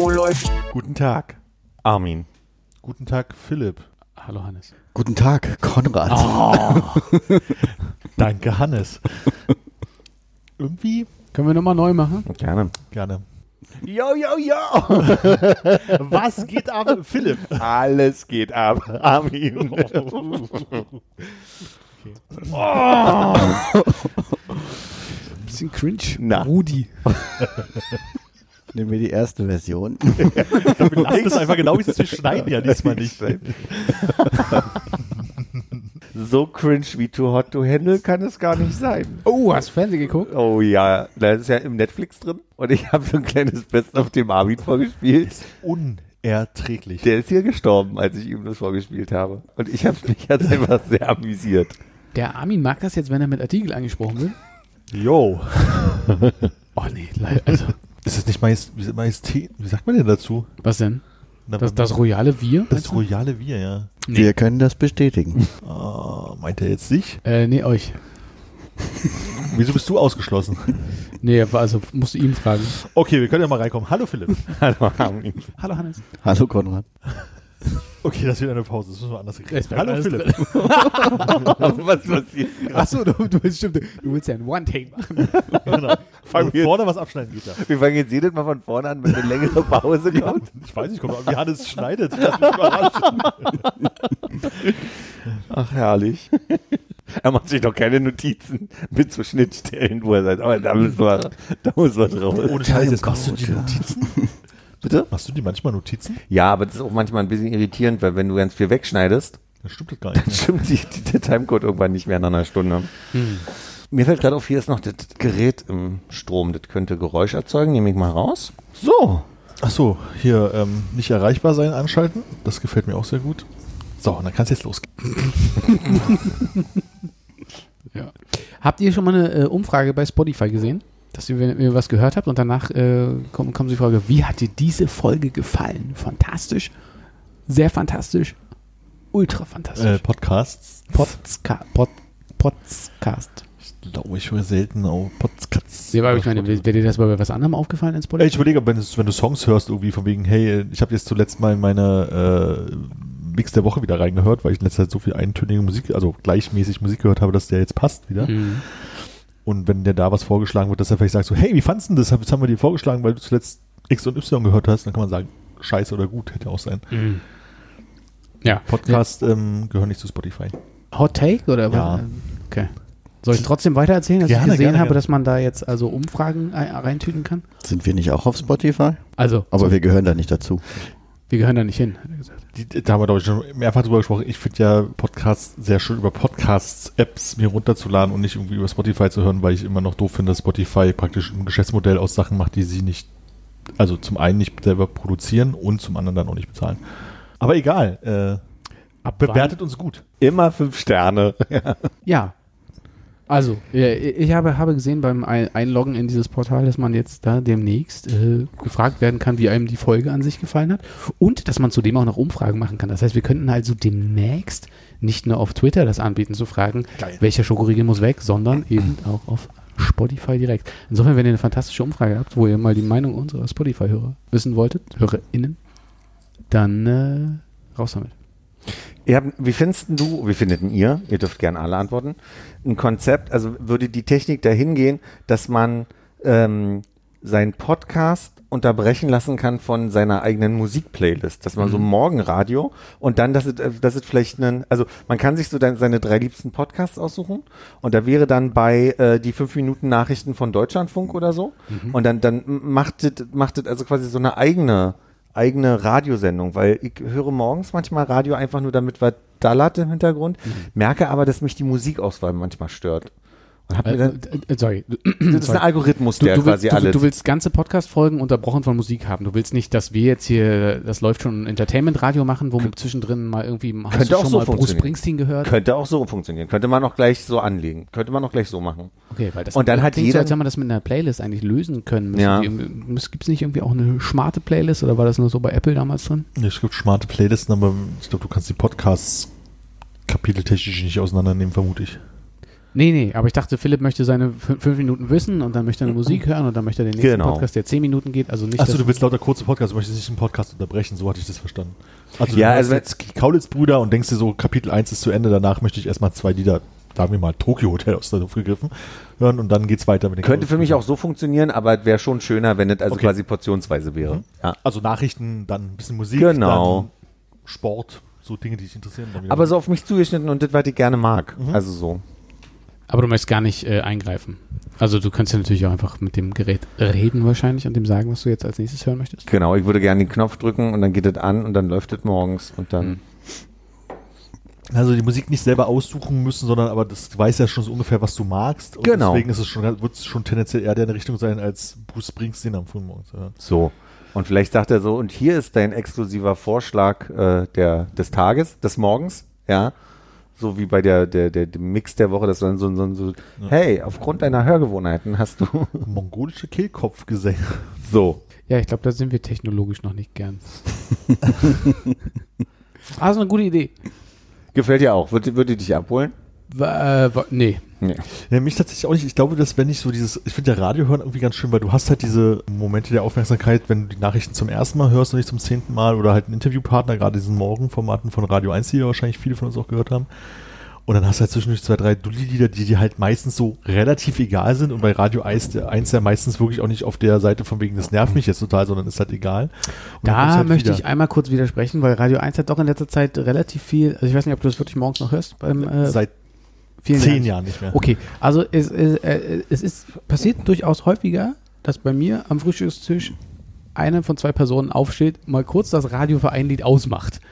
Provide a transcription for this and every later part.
Oh, läuft. Guten Tag, Armin. Guten Tag, Philipp. Hallo Hannes. Oh. Guten Tag, Konrad. Danke, Hannes. Irgendwie Können wir nochmal neu machen? Gerne. gerne. Yo, yo, yo! Was geht ab, Philipp? Alles geht ab, Armin. Oh. Bisschen cringe. Na. Rudi. Nehmen wir die erste Version. Lass das einfach genau, wie es ist. Wir schneiden ja diesmal nicht. So cringe wie Too Hot to Handle kann es gar nicht sein. Oh, hast du Fernsehen geguckt? Oh ja, da ist ja im Netflix drin. Und ich habe so ein kleines Best auf dem Armin vorgespielt. Unerträglich. Der ist hier gestorben, als ich ihm das vorgespielt habe. Und ich habe mich jetzt einfach sehr amüsiert. Der Armin mag das jetzt, wenn er mit Artikel angesprochen wird. Yo. Oh nee, leid- also. Ist das nicht Majest, Majestät? Wie sagt man denn dazu? Was denn? Na, Das, wenn- das royale Wir? das royale Wir, ja. Nee. Wir können das bestätigen. Ah, meint er jetzt dich? Äh, nee, euch. Wieso bist du ausgeschlossen? Nee, aber also musst du ihn fragen. Okay, wir können ja mal reinkommen. Hallo, Philipp. Hallo Armin. Hallo Hannes. Hallo, Konrad. Okay, das wird eine Pause. Das müssen wir anders Es regeln. bleibt Hallo, Äh, alles Philipp. Was passiert? Achso, du, du willst stimmt. Du willst ja ein One-Take machen. Genau. Fangen wir Vorne was abschneiden geht da. Wir fangen jetzt jedes Mal von vorne an, wenn eine längere Pause kommt. Ich weiß nicht, guck mal, wie Hannes schneidet. Ich lass mich überraschen. Ach, herrlich. Er macht sich doch keine Notizen mit so Schnittstellen, wo er sagt, oh, da muss man, da muss man drauf. Ohne Scheiß, jetzt machst du die Notizen. Bitte? Machst du dir manchmal Notizen? Ja, aber das ist auch manchmal ein bisschen irritierend, weil wenn du ganz viel wegschneidest, Das stimmt das gar nicht. Ne? stimmt die, die, der Timecode irgendwann nicht mehr nach einer Stunde. Hm. Mir fällt gerade auf, hier ist noch das Gerät im Strom. Das könnte Geräusch erzeugen, nehme ich mal raus. So. Ach so, hier ähm, nicht erreichbar sein anschalten. Das gefällt mir auch sehr gut. So, und dann kannst du jetzt losgehen. Ja. Habt ihr schon mal eine äh, Umfrage bei Spotify gesehen? Dass ihr, wenn ihr was gehört habt und danach äh, kommt, kommt die Frage, wie hat dir diese Folge gefallen? Fantastisch, sehr fantastisch, ultra Äh, fantastisch. Podcasts. Podska, Pod, Podcast. Ich glaube, ich höre selten auf Podcasts. Ja, aber ich meine, wäre dir das bei was anderem aufgefallen in Ey, Spotify? Ich überlege, wenn, es- wenn du Songs hörst, irgendwie von wegen, hey, ich habe jetzt zuletzt mal in meine äh, Mix der Woche wieder reingehört, weil ich in letzter Zeit so viel eintönige Musik, also gleichmäßig Musik gehört habe, dass der jetzt passt wieder. Mhm. Und wenn dir da was vorgeschlagen wird, dass er vielleicht sagt so, hey, wie fandst du das? Jetzt haben wir dir vorgeschlagen, weil du zuletzt X und Y gehört hast, dann kann man sagen, scheiße oder gut, hätte auch sein. Mhm. Ja. Podcast ähm, gehören nicht zu Spotify. Hot Take oder was? Ja. Okay. Soll ich trotzdem weitererzählen, dass ich Gerne, gesehen gerne, habe, gerne. dass man da jetzt also Umfragen ein- reintüten kann? Sind wir nicht auch auf Spotify? Also, Aber wir gehören da nicht dazu. wir gehören da nicht hin, hat er gesagt. Die, da haben wir, glaube ich, schon mehrfach drüber gesprochen. Ich finde ja Podcasts sehr schön, über Podcasts-Apps mir runterzuladen und nicht irgendwie über Spotify zu hören, weil ich immer noch doof finde, dass Spotify praktisch ein Geschäftsmodell aus Sachen macht, die sie nicht, also zum einen nicht selber produzieren und zum anderen dann auch nicht bezahlen. Aber egal, äh, bewertet uns gut. Immer fünf Sterne. Ja. Also, ja, ich habe, habe gesehen beim Ein- Einloggen in dieses Portal, dass man jetzt da demnächst äh, gefragt werden kann, wie einem die Folge an sich gefallen hat. Und dass man zudem auch noch Umfragen machen kann. Das heißt, wir könnten also demnächst nicht nur auf Twitter das anbieten zu fragen, welcher Schokoriegel muss weg, sondern eben auch auf Spotify direkt. Insofern, wenn ihr eine fantastische Umfrage habt, wo ihr mal die Meinung unserer Spotify-Hörer wissen wolltet, HörerInnen, dann äh, raus damit. Ihr habt, wie findest denn du, wie findet denn ihr, ihr dürft gerne alle antworten, ein Konzept, also würde die Technik dahin gehen, dass man ähm, seinen Podcast unterbrechen lassen kann von seiner eigenen Musikplaylist, dass man so Morgenradio und dann, dass es, äh, dass es vielleicht einen, also man kann sich so dann seine drei liebsten Podcasts aussuchen und da wäre dann bei äh, die fünf Minuten Nachrichten von Deutschlandfunk oder so und dann, dann macht es, macht es also quasi so eine eigene eigene Radiosendung, weil ich höre morgens manchmal Radio Mhm. einfach nur damit, was dallert im Hintergrund, merke aber, dass mich die Musikauswahl manchmal stört. Und hab mir Äh, dann, äh, sorry. das ist ein Algorithmus, Du, der du, quasi willst, du, alle. du willst ganze Podcast-Folgen unterbrochen von Musik haben. Du willst nicht, dass wir jetzt hier, das läuft schon Entertainment-Radio machen, wo zwischendrin mal irgendwie, hast Könnte du auch schon so mal Bruce funktionieren. Springsteen gehört? könnte auch so funktionieren. Könnte man auch gleich so anlegen. Könnte man auch gleich so machen. Okay, weil das Und dann hat klingt so, jeder- als wenn wir das mit einer Playlist eigentlich lösen können. müssen. Ja. Die irgendwie- Gibt es nicht irgendwie auch eine smarte Playlist oder war das nur so bei Apple damals drin? Es gibt smarte Playlisten, aber ich glaube, du kannst die Podcasts kapiteltechnisch nicht auseinandernehmen, vermute ich. Nee, nee, aber ich dachte, Philipp möchte seine fün- fünf Minuten wissen und dann möchte er eine Musik hören und dann möchte er den nächsten Genau. Podcast, der zehn Minuten geht. Also nicht, Achso, dass- du willst lauter kurze Podcasts, du möchtest nicht einen Podcast unterbrechen, so hatte ich das verstanden. Also Ja, du also also jetzt die Kaulitz-Brüder und denkst dir so, Kapitel 1 ist zu Ende, danach möchte ich erstmal zwei Lieder, sagen wir mal Tokyo Hotel aus der Luft gegriffen, hören und dann geht's weiter mit den Könnte für mich Kaulitz-Brüdern. auch so funktionieren, aber es wäre schon schöner, wenn es also Okay. quasi portionsweise wäre. Mhm. Ja. Also Nachrichten, dann ein bisschen Musik, Genau. dann Sport, so Dinge, die dich interessieren. Dann wieder Aber so auf mich zugeschnitten und das, was ich gerne mag. Mhm. Also so. aber du möchtest gar nicht äh, eingreifen. Also du kannst ja natürlich auch einfach mit dem Gerät reden wahrscheinlich und dem sagen, was du jetzt als nächstes hören möchtest. Genau, ich würde gerne den Knopf drücken und dann geht das an und dann läuft das morgens und dann. Mhm. Also die Musik nicht selber aussuchen müssen, sondern aber das du weißt ja schon so ungefähr, was du magst. Und Genau. deswegen ist es schon, wird es schon tendenziell eher deine Richtung sein, als Bruce Springsteen am frühen Morgen zu hören. So. Und vielleicht sagt er so, und hier ist dein exklusiver Vorschlag äh, der, des Tages, des Morgens, ja. So wie bei der, der, der, dem Mix der Woche, das dann so, so, so hey, aufgrund deiner Hörgewohnheiten hast du Mongolische Kehlkopfgesänge. so. Ja, ich glaube, da sind wir technologisch noch nicht ganz. ah, so eine gute Idee. Gefällt dir auch. Würde, würde dich abholen? W äh, w- nee. Nee. Ja, mich tatsächlich auch nicht. Ich glaube, dass wenn ich so dieses, ich finde ja Radio hören irgendwie ganz schön, weil du hast halt diese Momente der Aufmerksamkeit, wenn du die Nachrichten zum ersten Mal hörst und nicht zum zehnten Mal oder halt einen Interviewpartner, gerade diesen Morgenformaten von Radio 1, die ja wahrscheinlich viele von uns auch gehört haben. Und dann hast du halt zwischendurch zwei, drei Dulli-Lieder, die dir halt meistens so relativ egal sind und bei Radio 1, der 1 ja meistens wirklich auch nicht auf der Seite von wegen, das nervt mich jetzt total, sondern ist halt egal. Und dann kommt's Da halt möchte wieder. ich einmal kurz widersprechen, weil Radio 1 hat doch in letzter Zeit relativ viel, also ich weiß nicht, ob du das wirklich morgens noch hörst, beim äh, seit vielen zehn Jahren nicht mehr. Okay, also es, es, äh, es ist passiert durchaus häufiger, dass bei mir am Frühstückstisch eine von zwei Personen aufsteht, mal kurz das Radio für ein Lied ausmacht.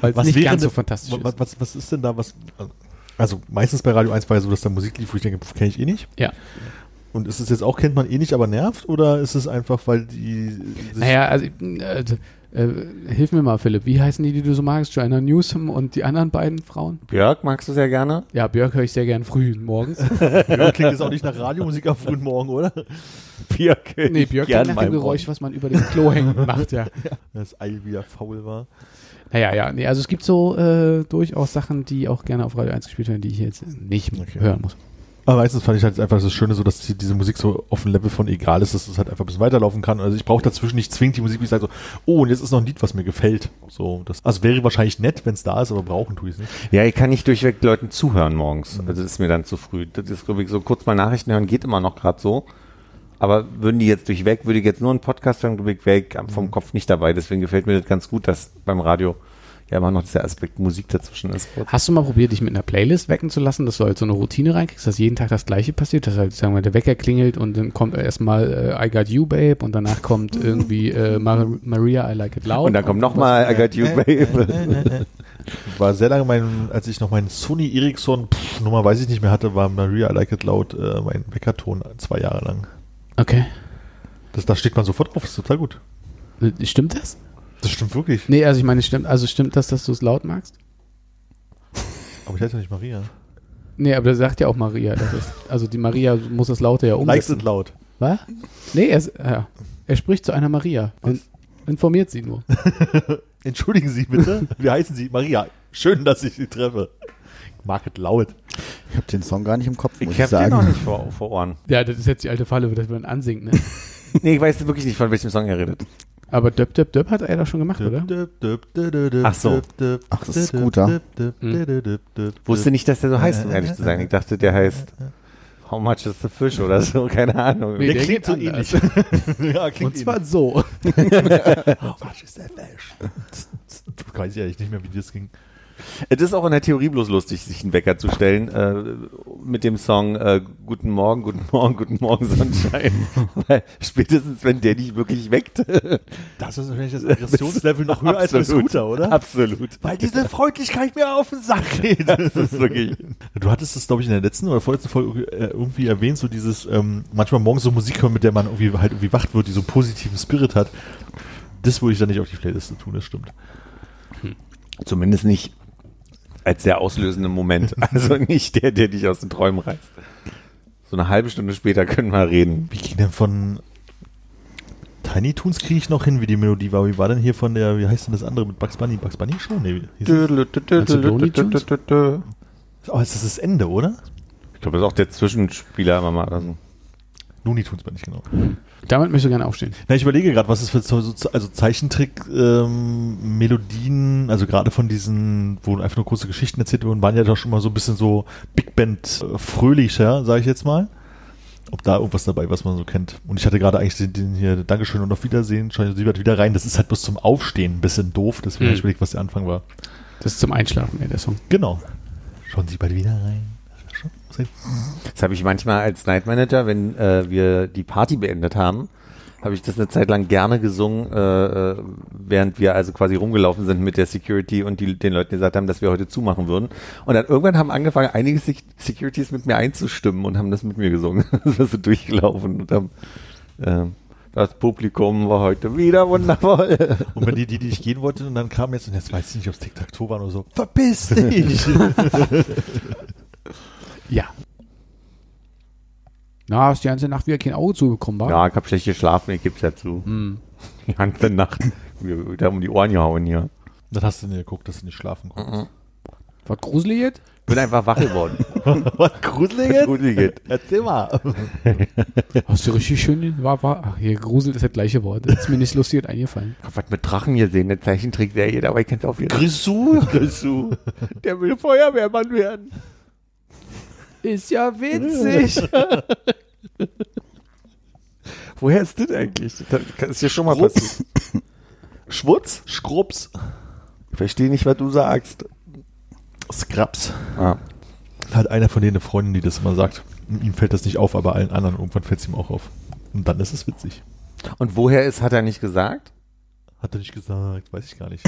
Weil es nicht wäre ganz so denn- fantastisch wa- ist. wa- Was, was ist denn da, was. Also meistens bei Radio 1 war ja so, dass da Musik lief, wo ich denke, pf, kenne ich eh nicht. Ja. Und ist es jetzt auch, kennt man eh nicht, aber nervt? Oder ist es einfach, weil die. sich- Naja, also, äh, äh, hilf mir mal, Philipp. Wie heißen die, die du so magst? Joanna Newsom und die anderen beiden Frauen? Björk magst du sehr gerne? Ja, Björk höre ich sehr gern früh morgens. Ja, klingt jetzt auch nicht nach Radiomusik am frühen Morgen, oder? Björk. Nee, Björk Gern klingt nach mal dem Geräusch, was man über dem Klo hängen macht, ja. Das Ei wieder faul war. Naja, ja, nee, also es gibt so äh, durchaus Sachen, die auch gerne auf Radio 1 gespielt werden, die ich jetzt nicht Okay. hören muss. Aber meistens fand ich halt einfach das Schöne so, dass die, diese Musik so auf dem Level von egal ist, dass es halt einfach ein bisschen weiterlaufen kann. Also ich brauche dazwischen nicht zwingend die Musik, wie ich sage so, oh, und jetzt ist noch ein Lied, was mir gefällt. So, das, also wäre wahrscheinlich nett, wenn es da ist, aber brauchen tue ich es nicht. Ja, ich kann nicht durchweg Leuten zuhören morgens. Also Das ist mir dann zu früh. Das ist, glaube ich, so kurz mal Nachrichten hören geht immer noch gerade so. Aber würden die jetzt durchweg, würde ich jetzt nur einen Podcast hören, glaube ich, weg vom Kopf nicht dabei. Deswegen gefällt mir das ganz gut, dass beim Radio ja immer noch dieser Aspekt Musik dazwischen ist. Hast du mal probiert, dich mit einer Playlist wecken zu lassen, dass du halt so eine Routine reinkriegst, dass jeden Tag das Gleiche passiert, dass halt, sagen wir, der Wecker klingelt und dann kommt erstmal äh, I Got You Babe und danach kommt irgendwie äh, Mar Maria I Like It Loud. Und Äh, dann kommt nochmal I Got You, Babe. War sehr lange mein, als ich noch meinen Sony Ericsson, pff, Nummer weiß ich nicht mehr hatte, war Maria I Like It Loud äh, mein Weckerton zwei Jahre lang. Okay. Das, da steht man sofort drauf, ist total gut. Äh, Stimmt das? Das stimmt wirklich. Nee, also ich meine, stimmt, also stimmt das, dass du es laut magst? Aber ich heiße ja nicht Maria. Nee, aber das sagt ja auch Maria. Das ist, also die Maria muss das Laute ja Likes umsetzen. it loud. Was? Nee, er, ist- ja. er spricht zu einer Maria und informiert sie nur. Entschuldigen Sie bitte, wir heißen Sie Maria. Schön, dass ich Sie treffe. Mag it loud. Ich habe den Song gar nicht im Kopf, muss Ich ich, habe den noch sagen. nicht vor, vor Ohren. Ja, das ist jetzt die alte Falle, dass man ansingt, ne? Nee, ich weiß wirklich nicht, von welchem Song er redet. Aber Döp Döp Döp hat er doch schon gemacht, oder? Ach so. Ach, das ist Scooter. Hm. Wusste nicht, dass der so heißt, Äh, um ehrlich zu sein. Ich dachte, der heißt How much is the fish oder so, keine Ahnung. Nee, Der, der klingt geht so anders. ähnlich. Oh, ja, klingt Und zwar so. ähnlich. Weiß ich ehrlich nicht mehr, wie das ging. Es ist auch in der Theorie bloß lustig, sich einen Wecker zu stellen äh, mit dem Song äh, Guten Morgen, Guten Morgen, Guten Morgen Sonnenschein. Weil spätestens, wenn der dich wirklich weckt. Das ist natürlich das Aggressionslevel noch höher als bei Absolut. Scooter, oder? Absolut. Weil diese Freundlichkeit mir auf den Sack geht. Das ist wirklich. Du hattest es, glaube ich, in der letzten oder vorletzten Folge äh, irgendwie erwähnt, so dieses, ähm, manchmal morgens so Musik hören, mit der man irgendwie halt irgendwie wach wird, die so einen positiven Spirit hat. Das würde ich dann nicht auf die Playliste tun, das stimmt. Zumindest nicht als der auslösende Moment. Also nicht der, der dich aus den Träumen reißt. So eine halbe Stunde später können wir reden. Wie ging denn von Tiny Toons kriege ich noch hin, wie die Melodie war. Wie war denn hier von der, wie heißt denn das andere mit Bugs Bunny? Bugs Bunny Show? Nee, wie hieß es? Looney Tunes? Ich Oh, jetzt ist das Ende, oder? glaube, das ist auch der Zwischenspieler immer mal. oder so. Looney Tunes bin ich genau. Damit möchtest du gerne aufstehen. Na, ich überlege gerade, was es für so, so- also Zeichentrick ähm, Melodien, also gerade von diesen, wo einfach nur kurze Geschichten erzählt wurden, waren ja doch schon mal so ein bisschen so Big Band äh, fröhlicher, sage ich jetzt mal. Ob da irgendwas dabei, was man so kennt. Und ich hatte gerade eigentlich den, den hier Dankeschön und auf Wiedersehen, schau sie wird wieder rein. Das ist halt bloß zum Aufstehen ein bisschen doof, deswegen Hm. habe ich überlegt, was der Anfang war. Das ist zum Einschlafen, ey, der Song. Genau. Schauen Sie bald wieder rein. Das wär schon- muss ich- Das habe ich manchmal als Night Manager, wenn äh, wir die Party beendet haben, habe ich das eine Zeit lang gerne gesungen, äh, äh, während wir also quasi rumgelaufen sind mit der Security und die, den Leuten gesagt haben, dass wir heute zumachen würden. Und dann irgendwann haben angefangen, einige Sec Securities mit mir einzustimmen und haben das mit mir gesungen. das ist so durchgelaufen und haben, äh, das Publikum war heute wieder wundervoll. Und wenn die, die, die ich gehen wollte, und dann kam jetzt, und jetzt weiß ich nicht, ob es Tic-Tac-Toe waren oder so, verpiss dich! Ja. Na, hast die ganze Nacht wieder kein Auge zubekommen, war? ja, ich habe schlecht geschlafen, ich gebe es ja zu. Die ganze Nacht. Wir haben um die Ohren gehauen hier. dann hast du nicht geguckt, dass du nicht schlafen konntest. War gruselig jetzt? Bin einfach wach geworden. Was Gruseliges? Gruseliges. Erzähl mal. Hast du richtig schön, war, war, ach, hier gruselt ist das gleiche Wort. Das ist mir nicht lustig eingefallen. Ich hab was mit Drachen gesehen, eine Zeichentrickserie, dabei kannst du auch wieder. Grisou? Grisou. Der will Feuerwehrmann werden. Ist ja witzig. Woher ist das eigentlich? Das ist ja schon mal passiert. Schwutz? Scrubs. Ich verstehe nicht, was du sagst. Scrubs. Ah. Hat einer von denen eine Freundin, die das immer sagt. Ihm fällt das nicht auf, aber allen anderen irgendwann fällt es ihm auch auf. Und dann ist es witzig. Und woher ist, hat er nicht gesagt? Hat er nicht gesagt, weiß ich gar nicht.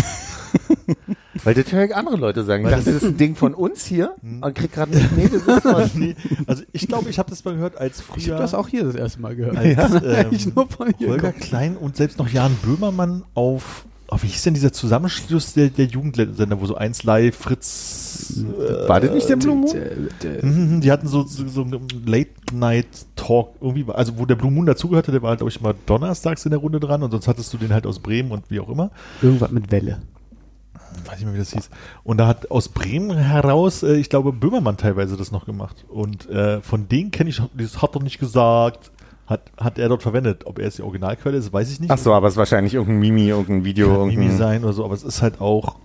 Weil das höre ich andere Leute sagen. Ich Weil dachte, das Hm. ist ein Ding von uns hier und krieg gerade nicht. Nee, das ist von. Nee, also ich glaube, ich habe das mal gehört als früher. Ich habe das auch hier das erste Mal gehört. Als, ähm, Ich nur von hier Holger geguckt. Klein und selbst noch Jan Böhmermann auf, oh, wie hieß denn dieser Zusammenschluss der, der Jugendsender, wo so 1 Live, Fritz, äh, War das nicht der Blue Moon? Äh, Mhm, Die hatten so, so, so einen Late-Night-Talk, irgendwie, war- also wo der Blue Moon dazugehörte, der war, glaube ich, mal donnerstags in der Runde dran und sonst hattest du den halt aus Bremen und wie auch immer. Irgendwas mit Welle. Weiß nicht mehr, wie das hieß. Und da hat aus Bremen heraus, äh, ich glaube, Böhmermann teilweise das noch gemacht. Und äh, von denen kenne ich, das hat doch nicht gesagt, hat, hat er dort verwendet. Ob er es die Originalquelle ist, weiß ich nicht. Ach so, aber es ist wahrscheinlich irgendein Mimi, irgendein Video. Kann halt Mimi irgendein- sein oder so, aber es ist halt auch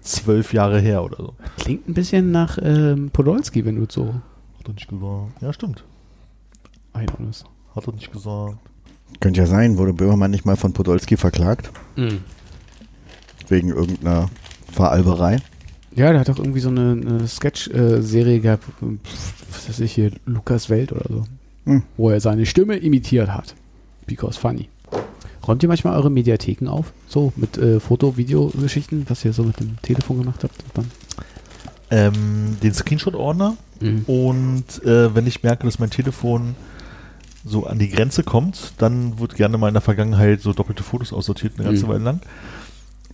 zwölf Jahre her oder so. Klingt ein bisschen nach ähm, Podolski, wenn du es so Hat er nicht gesagt. Ja, stimmt. einordnest. Hat er nicht gesagt. Könnte ja sein, wurde Böhmermann nicht mal von Podolski verklagt? Mhm. Wegen irgendeiner Veralberei? Ja, der hat doch irgendwie so eine, eine Sketch-Serie gehabt, pf, was weiß ich hier, Lukas Welt oder so, Mhm. Hm. wo er seine Stimme imitiert hat. Because funny. Räumt ihr manchmal eure Mediatheken auf? So, mit äh, Foto-, Video-Geschichten, was ihr so mit dem Telefon gemacht habt? Und dann? Ähm, den Screenshot-Ordner und äh, wenn ich merke, dass mein Telefon so an die Grenze kommt, dann wird gerne mal in der Vergangenheit so doppelte Fotos aussortiert, eine ganze Mhm. Weile lang.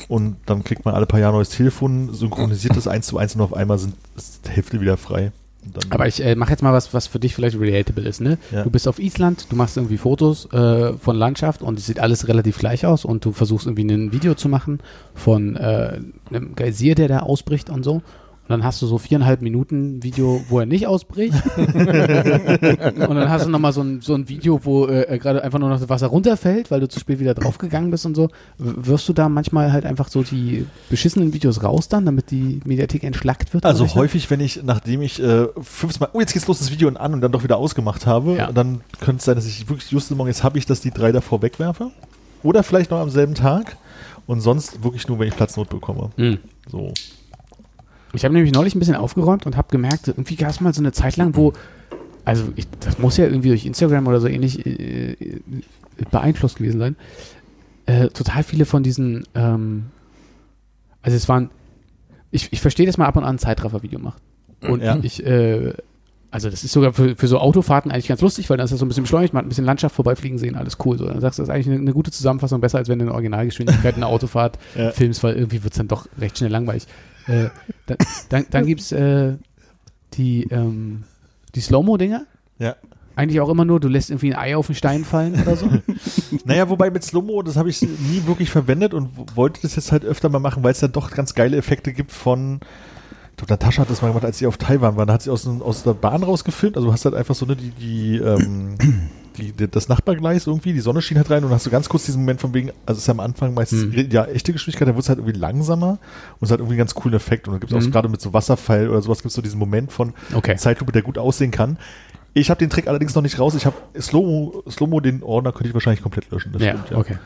Und dann kriegt man alle paar Jahre neues Telefon, synchronisiert das eins zu eins und auf einmal sind, ist die Hälfte wieder frei. Und dann Aber ich äh, mache jetzt mal was, was für dich vielleicht relatable ist. Ne? Ja. Du bist auf Island, du machst irgendwie Fotos äh, von Landschaft und es sieht alles relativ gleich aus und du versuchst irgendwie ein Video zu machen von äh, einem Geysir, der da ausbricht und so. Und dann hast du so viereinhalb Minuten Video, wo er nicht ausbricht. und dann hast du nochmal so ein, so ein Video, wo äh, er gerade einfach nur noch das Wasser runterfällt, weil du zu spät wieder draufgegangen bist und so. W- Wirfst du da manchmal halt einfach so die beschissenen Videos raus dann, damit die Mediathek entschlackt wird? Also am Rechner? häufig, wenn ich, nachdem ich äh, fünfmal, oh, jetzt geht's los, das Video und an und dann doch wieder ausgemacht habe, Ja. dann könnte es sein, dass ich wirklich just morgen, jetzt habe ich das die drei davor wegwerfe. Oder vielleicht noch am selben Tag. Und sonst wirklich nur, wenn ich Platznot bekomme. Hm. So. Ich habe nämlich neulich ein bisschen aufgeräumt und habe gemerkt, irgendwie gab es mal so eine Zeit lang, wo, also ich, das muss ja irgendwie durch Instagram oder so ähnlich äh, äh, beeinflusst gewesen sein, äh, total viele von diesen, ähm, also es waren, ich, ich verstehe, dass man ab und an ein Zeitraffer-Video macht. Und Ja. ich, äh, also das ist sogar für, für so Autofahrten eigentlich ganz lustig, weil dann ist das so ein bisschen beschleunigt, man hat ein bisschen Landschaft vorbeifliegen sehen, alles cool. So. Dann sagst du, das ist eigentlich eine, eine gute Zusammenfassung, besser als wenn du in Originalgeschwindigkeit eine Autofahrt Ja. filmst, weil irgendwie wird es dann doch recht schnell langweilig. Äh, dann dann, dann gibt es äh, die, ähm, die Slow-Mo-Dinger. Ja. Eigentlich auch immer nur, du lässt irgendwie ein Ei auf den Stein fallen oder so. Naja, wobei mit Slow-Mo, das habe ich nie wirklich verwendet und w- wollte das jetzt halt öfter mal machen, weil es dann doch ganz geile Effekte gibt von. Ich glaube, Natascha hat das mal gemacht, als sie auf Taiwan war. Da hat sie aus, dem- aus der Bahn rausgefilmt. Also hast halt einfach so ne, die, die, ähm, die, die, das Nachbargleis irgendwie, die Sonne schien halt rein und hast du ganz kurz diesen Moment von wegen, also es ist am Anfang meistens Mhm. ja echte Geschwindigkeit, dann wird es halt irgendwie langsamer und es hat irgendwie einen ganz coolen Effekt. Und da gibt es auch gerade mit so Wasserfall oder sowas, gibt es so diesen Moment von Mhm. Okay. Zeitlupe, der gut aussehen kann. Ich habe den Trick allerdings noch nicht raus. Ich habe Slow-Mo, Slow-Mo, den Ordner könnte ich wahrscheinlich komplett löschen. Das ja, stimmt, okay.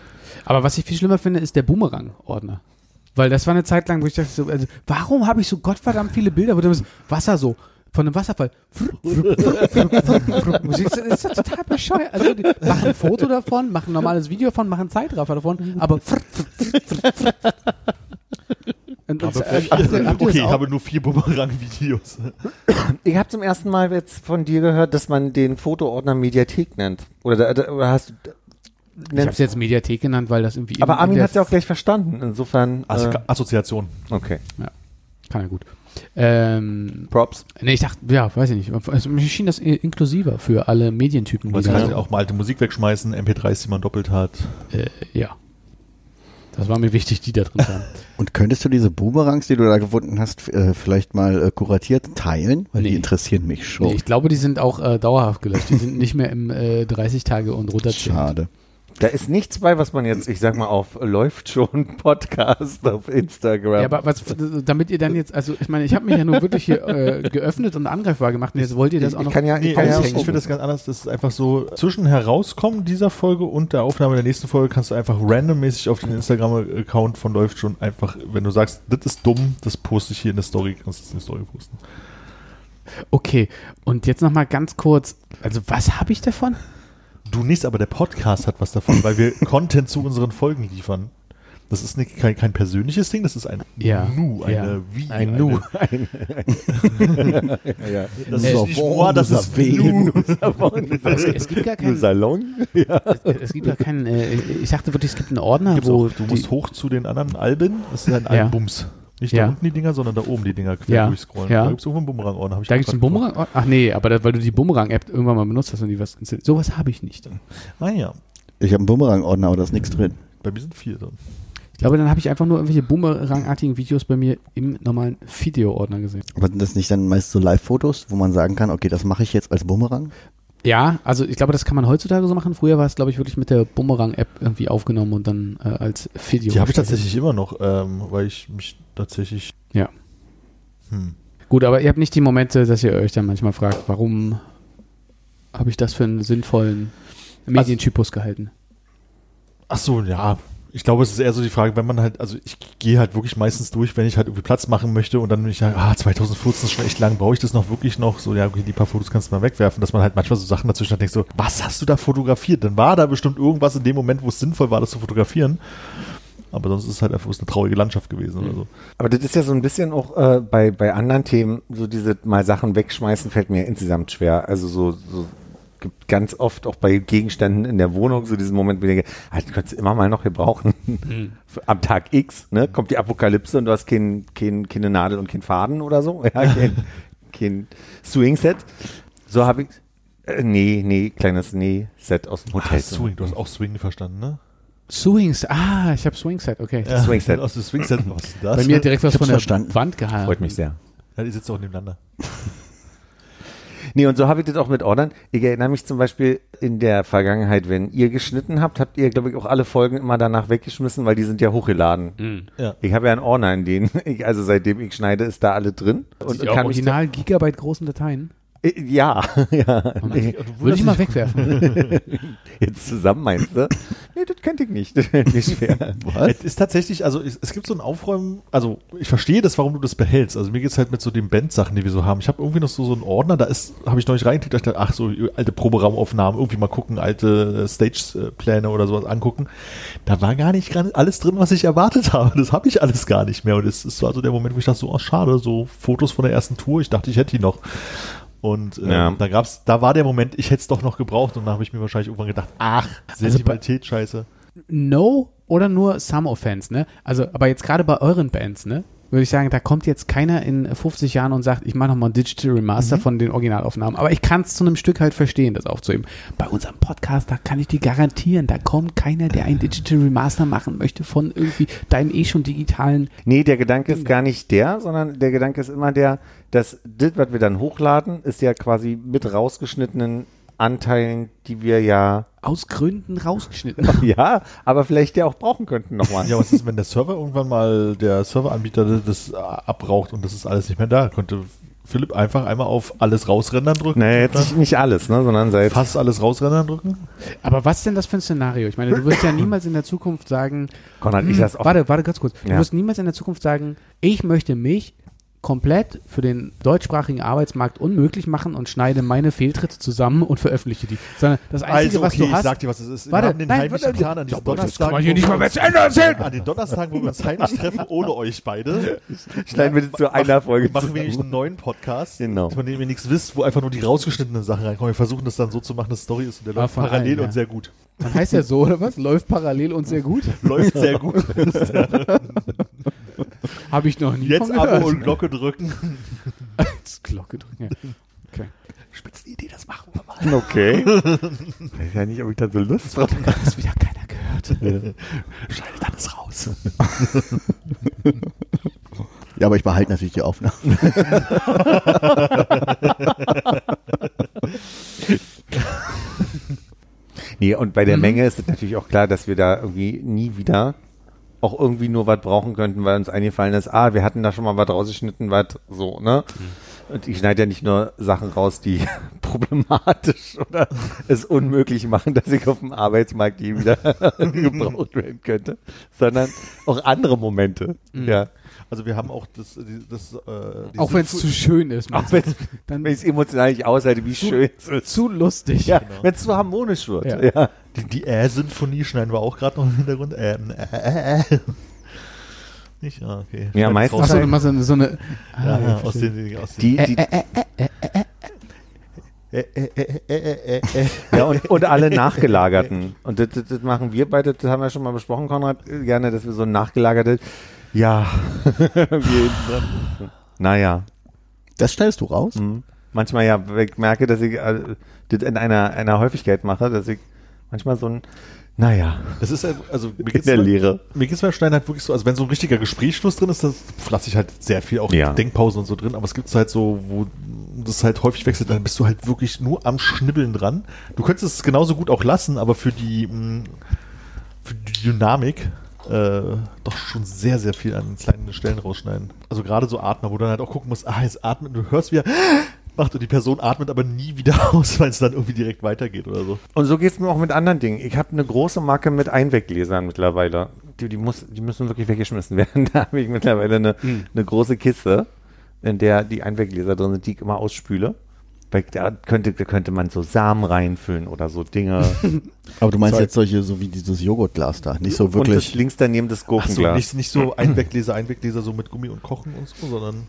Aber was ich viel schlimmer finde, ist der Boomerang-Ordner. Weil das war eine Zeit lang, wo ich dachte, so, also, warum habe ich so gottverdammt viele Bilder, wo du bist, Wasser so, von einem Wasserfall. Das ist doch total bescheuert. Also, die machen ein Foto davon, machen ein normales Video davon, machen einen Zeitraffer davon, aber. Und, und, äh, habt ihr- habt ihr das okay, ich auch? habe nur vier Bumerang-Videos. Ich habe zum ersten Mal jetzt von dir gehört, dass man den Fotoordner Mediathek nennt. Oder, da- da- oder hast du. ich habe Nennst, es jetzt Mediathek genannt, weil das irgendwie. aber in- in Armin der- hat es ja auch gleich verstanden. Insofern. Also, äh, Assoziation. okay. Kann ja gut. Ähm, Props. Nee, ich dachte, ja, weiß ich nicht. Also, mir schien das i- inklusiver für alle Medientypen. Man da kann so- ja auch mal alte Musik wegschmeißen, MP3s, die man doppelt hat. äh, ja. Das war mir wichtig, die da drin waren. Und könntest du diese Boomerangs, die du da gefunden hast, f- äh, vielleicht mal äh, kuratiert teilen? Weil Nee. die interessieren mich schon. Oh. Nee, ich glaube, die sind auch äh, dauerhaft gelöscht. Die sind nicht mehr im äh, 30 Tage und runterzählen. Schade. Da ist nichts bei, was man jetzt, ich sag mal, auf läuft schon Podcast auf Instagram. Ja, aber was, damit ihr dann jetzt, also ich meine, ich habe mich ja nur wirklich hier äh, geöffnet und angreifbar gemacht und jetzt wollt ihr das ich, auch ich noch. kann ja, ich Nee, kann ja also ich, ich finde das ganz anders. Das ist einfach so, zwischen Herauskommen dieser Folge und der Aufnahme der nächsten Folge kannst du einfach randommäßig auf den Instagram-Account von Läuft schon einfach, wenn du sagst, das ist dumm, das poste ich hier in der Story, kannst du es in die Story posten. Okay, und jetzt nochmal ganz kurz, also was habe ich davon? Du nicht, aber der Podcast hat was davon, weil wir Content zu unseren Folgen liefern. Das ist nicht, kein, kein persönliches Ding, das ist ein Ja, Nu, eine ja. Wie. ein Nu. eine- ja. Das ist Äh, nicht Moor, das ist Nu. Es, es gibt gar keinen, Salon? es, es gibt gar keinen, äh, ich dachte wirklich, es gibt einen Ordner, Gibt's wo auch, du die- musst hoch zu den anderen Alben. Das sind halt Ja. Albums. Nicht Ja. da unten die Dinger, sondern da oben die Dinger quer Ja. durchscrollen. Ja. Da gibt es irgendwo einen Bumerang-Ordner. hab ich Da auch gibt es einen gerade gefunden. Bumerang? Oh, Ach nee, aber das, weil du die Bumerang-App irgendwann mal benutzt hast und die was installiert. Sowas habe ich nicht. Ah ja, Ich habe einen Boomerang-Ordner, aber da ist nichts drin. bei mir sind vier drin. Ich glaube, dann habe ich einfach nur irgendwelche Bumerang-artigen Videos bei mir im normalen Video-Ordner gesehen. Aber sind das nicht dann meist so Live-Fotos, wo man sagen kann, okay, das mache ich jetzt als Boomerang? Ja, also ich glaube, das kann man heutzutage so machen. Früher war es, glaube ich, wirklich mit der Bumerang-App irgendwie aufgenommen und dann äh, als Video. Die habe ich gestellt. tatsächlich immer noch, ähm, weil ich mich tatsächlich. Ja. Hm. Gut, aber ihr habt nicht die Momente, dass ihr euch dann manchmal fragt, warum habe ich das für einen sinnvollen Also- Medientypus gehalten? Ach so, ja. Ich glaube, es ist eher so die Frage, wenn man halt, also ich gehe halt wirklich meistens durch, wenn ich halt irgendwie Platz machen möchte und dann bin ich halt, ah, 2014 ist schon echt lang, brauche ich das noch wirklich noch? So, ja, okay, die paar Fotos kannst du mal wegwerfen, dass man halt manchmal so Sachen dazwischen hat, denkt so, was hast du da fotografiert? Dann war da bestimmt irgendwas in dem Moment, wo es sinnvoll war, das zu fotografieren. Aber sonst ist es halt einfach bloß eine traurige Landschaft gewesen oder Mhm. so. Aber das ist ja so ein bisschen auch äh, bei, bei anderen Themen, so diese mal Sachen wegschmeißen, fällt mir insgesamt schwer. Also so, so gibt ganz oft auch bei Gegenständen in der Wohnung so diesen Moment, wo ich denke, ah, den könntest du immer mal noch gebrauchen. Hm. Für- Am Tag X, ne, kommt die Apokalypse und du hast kein, kein, keine Nadel und keinen Faden oder so. Ja, kein, kein Swing-Set. So habe ich. Äh, nee, nee, kleines Nee-Set aus dem Hotel. Ach, Ah, Swing, du hast auch Swing verstanden, ne? Swings, ah, ich habe Swingset, okay. Ja, Swing Set. Aus dem Swing Set, was ist das? Bei mir direkt was hab's von der verstanden. Wand gehalten. Freut mich sehr. Ja, die sitzen auch nebeneinander. Nee, und so habe ich das auch mit Ordnern. Ich erinnere mich zum Beispiel in der Vergangenheit, wenn ihr geschnitten habt, habt ihr, glaube ich, auch alle Folgen immer danach weggeschmissen, weil die sind ja hochgeladen. Ja. Ich habe ja einen Ordner in denen. Ich, also seitdem ich schneide, ist da alle drin. Und, und original Gigabyte großen Dateien. Äh, Ja, ja. Oh Mann, Nee, Würde ich mal wegwerfen. Jetzt zusammen meinst du? Nee, das könnte ich nicht. Das wäre nicht schwer. Was? Es ist tatsächlich, also es, es gibt so ein Aufräumen, also ich verstehe das, warum du das behältst. Also mir geht's halt mit so den Bandsachen, die wir so haben. Ich habe irgendwie noch so, so einen Ordner, da ist, habe ich noch nicht reingeklickt, da ich dachte, ach so, alte Proberaumaufnahmen, irgendwie mal gucken, alte äh, Stage-Pläne oder sowas angucken. Da war gar nicht gra- alles drin, was ich erwartet habe. Das habe ich alles gar nicht mehr. Und es, es war so der Moment, wo ich dachte, so, oh, schade, so Fotos von der ersten Tour, ich dachte, ich hätte die noch. Und äh, Ja. da gab's, da war der Moment, ich hätte es doch noch gebraucht und da habe ich mir wahrscheinlich irgendwann gedacht, ach, Sentimentalität, scheiße. No oder nur some offense, ne? Also, aber jetzt gerade bei euren Bands, ne? Würde ich sagen, da kommt jetzt keiner in 50 Jahren und sagt, ich mache nochmal ein Digital Remaster Mhm. von den Originalaufnahmen. Aber ich kann es zu einem Stück halt verstehen, das aufzuheben. Bei unserem Podcast, da kann ich dir garantieren, da kommt keiner, der ein Digital Remaster machen möchte von irgendwie deinem eh schon digitalen. Nee, der Gedanke ist gar nicht der, sondern der Gedanke ist immer der, dass das, was wir dann hochladen, ist ja quasi mit rausgeschnittenen Anteilen, die wir ja, Aus Gründen rausgeschnitten. ja, aber vielleicht ja auch brauchen könnten nochmal. Ja, was ist, wenn der Server irgendwann mal, der Serveranbieter das abraucht und das ist alles nicht mehr da? Könnte Philipp einfach einmal auf alles rausrendern drücken? Nee, jetzt nicht, nicht alles, ne, sondern seit. Fast alles rausrendern drücken? Aber was denn das für ein Szenario? Ich meine, du wirst ja niemals in der Zukunft sagen, Konrad, ich sag's offen. Warte, warte ganz kurz. Du Ja. wirst niemals in der Zukunft sagen, ich möchte mich komplett für den deutschsprachigen Arbeitsmarkt unmöglich machen und schneide meine Fehltritte zusammen und veröffentliche die. Sondern das Einzige, was du Also, ich hast, sag dir, was es ist. Warte, wir haben den nein, heimlichen warte, Plan an diesem doch, das Donnerstag. kann man hier wo nicht wir mal uns- was ändern, erzählen! An den Donnerstag, wo wir uns heimlich treffen, ohne euch beide. Schneiden wir das zu einer Folge Machen wir nämlich zusammen. einen neuen Podcast, Genau. von dem ihr nichts wisst, wo einfach nur die rausgeschnittenen Sachen reinkommen. Wir versuchen das dann so zu machen, dass Story ist und der Ah, läuft von parallel allen, ja. und sehr gut. man heißt ja so, oder was? Läuft parallel und sehr gut. Läuft sehr gut. Habe ich noch nie Jetzt von gehört. Abo und Glocke drücken. Jetzt Glocke drücken. Ja. Okay. Spitzenidee, das machen wir mal. Okay. Ich weiß ja nicht, ob ich da so Lust drauf Hat das wieder keiner gehört. Schneidet alles raus. Ja, aber ich behalte natürlich die Aufnahme. Nee, und bei der Mhm. Menge ist es natürlich auch klar, dass wir da irgendwie nie wieder auch irgendwie nur was brauchen könnten, weil uns eingefallen ist, ah, wir hatten da schon mal was rausgeschnitten, was so, ne? Mhm. Und ich schneide ja nicht nur Sachen raus, die problematisch oder es unmöglich machen, dass ich auf dem Arbeitsmarkt je wieder gebraucht werden könnte, sondern auch andere Momente. Mhm. Ja. Also wir haben auch das, die- das äh, diese Auch wenn es zu schön ist. Auch meinst du? wenn Dann ich es emotional nicht aushalte, wie schön es ist. zu lustig. Ja, wenn es so harmonisch wird. Ja. ja. die, die Ä-Symphonie schneiden wir auch gerade noch im Hintergrund. Äh, äh, äh, äh. Nicht, ja, okay. Schneid das meistens raus. Achso, du machst so eine. So eine ah, ja, ja, aus verstehe. den, aus den Äh, Die, die, Ja, und, und alle nachgelagerten. Und das, das, das machen wir beide, das haben wir schon mal besprochen, Konrad, äh, gerne, dass wir so ein nachgelagertes, ja, wir naja, Das schneidest du raus? hm. manchmal ja, weil ich merke, dass ich äh, das in einer, einer Häufigkeit mache, dass ich manchmal so ein, naja, Das ist halt- also mir in der beim- Lehre. Mir geht's beim Schneiden halt wirklich so, also wenn so ein richtiger Gesprächsfluss drin ist, das lasse ich halt sehr viel auch Ja. Denkpausen und so drin, aber es gibt halt so, wo das halt häufig wechselt, dann bist du halt wirklich nur am Schnibbeln dran. Du könntest es genauso gut auch lassen, aber für die, mh, für die Dynamik äh, doch schon sehr, sehr viel an kleinen Stellen rausschneiden. Also gerade so Atmer, wo du dann halt auch gucken musst, ah, jetzt atmet und du hörst wieder, macht und die Person atmet aber nie wieder aus, weil es dann irgendwie direkt weitergeht oder so. Und so geht's mir auch mit anderen Dingen. Ich habe eine große Marke mit Einweggläsern mittlerweile. Die, die, muss, die müssen wirklich weggeschmissen werden. Da habe ich mittlerweile eine, eine große Kiste, in der die Einweggläser drin sind, die ich immer ausspüle. Weil da könnte, da könnte man so Samen reinfüllen oder so Dinge. Aber du meinst Zeug. jetzt solche, so wie dieses Joghurtglas da, nicht so Und das wirklich. links daneben das Ach so, Gurkenglas. nicht, nicht so Einweggläser, Einweggläser so mit Gummi und Kochen und so, sondern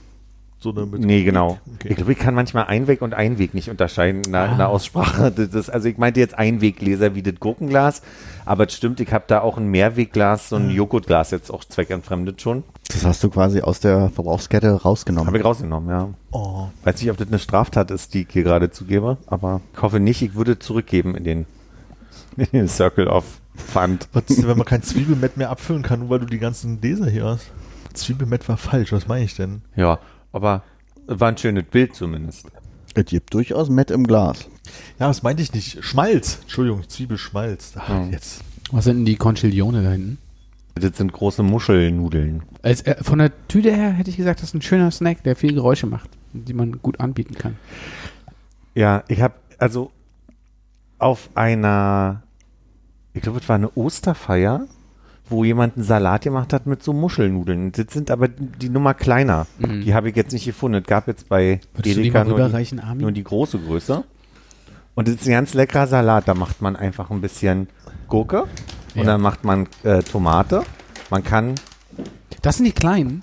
so eine mit Nee, genau. Okay. Ich glaube, ich kann manchmal Einweg und Einweg nicht unterscheiden in der, in der Aussprache. Das, das, also ich meinte jetzt Einweggläser wie das Gurkenglas, aber das stimmt, ich habe da auch ein Mehrwegglas, so ein Joghurtglas jetzt auch zweckentfremdet schon. Das hast du quasi aus der Verbrauchskette Habe rausgenommen. ich rausgenommen, ja. Oh, Weiß nicht, ob das eine Straftat ist, die ich hier gerade zugebe, aber ich hoffe nicht, ich würde zurückgeben in den, in den Circle of Fund. was ist denn, wenn man kein Zwiebelmett mehr abfüllen kann, nur weil du die ganzen Gläser hier hast? Zwiebelmett war falsch, was meine ich denn? Ja, aber war ein schönes Bild zumindest. Es gibt durchaus Met im Glas. Ja, das meinte ich nicht. Schmalz, Entschuldigung, Zwiebelschmalz. Ach, Hm. jetzt. Was sind denn die Conchiglione da hinten? Das sind große Muschelnudeln. Als, äh, von der Tüte her hätte ich gesagt, das ist ein schöner Snack, der viel Geräusche macht, die man gut anbieten kann. Ja, ich habe also auf einer, ich glaube, es war eine Osterfeier, wo jemand einen Salat gemacht hat mit so Muschelnudeln. Das sind aber die Nummer kleiner. Die habe ich jetzt nicht gefunden. Es gab jetzt bei Würdest du die mal Edeka nur, die, rüberreichen, Armin? nur die große Größe. Und das ist ein ganz leckerer Salat. Da macht man einfach ein bisschen Gurke Ja. und dann macht man äh, Tomate. Man kann Das sind die kleinen.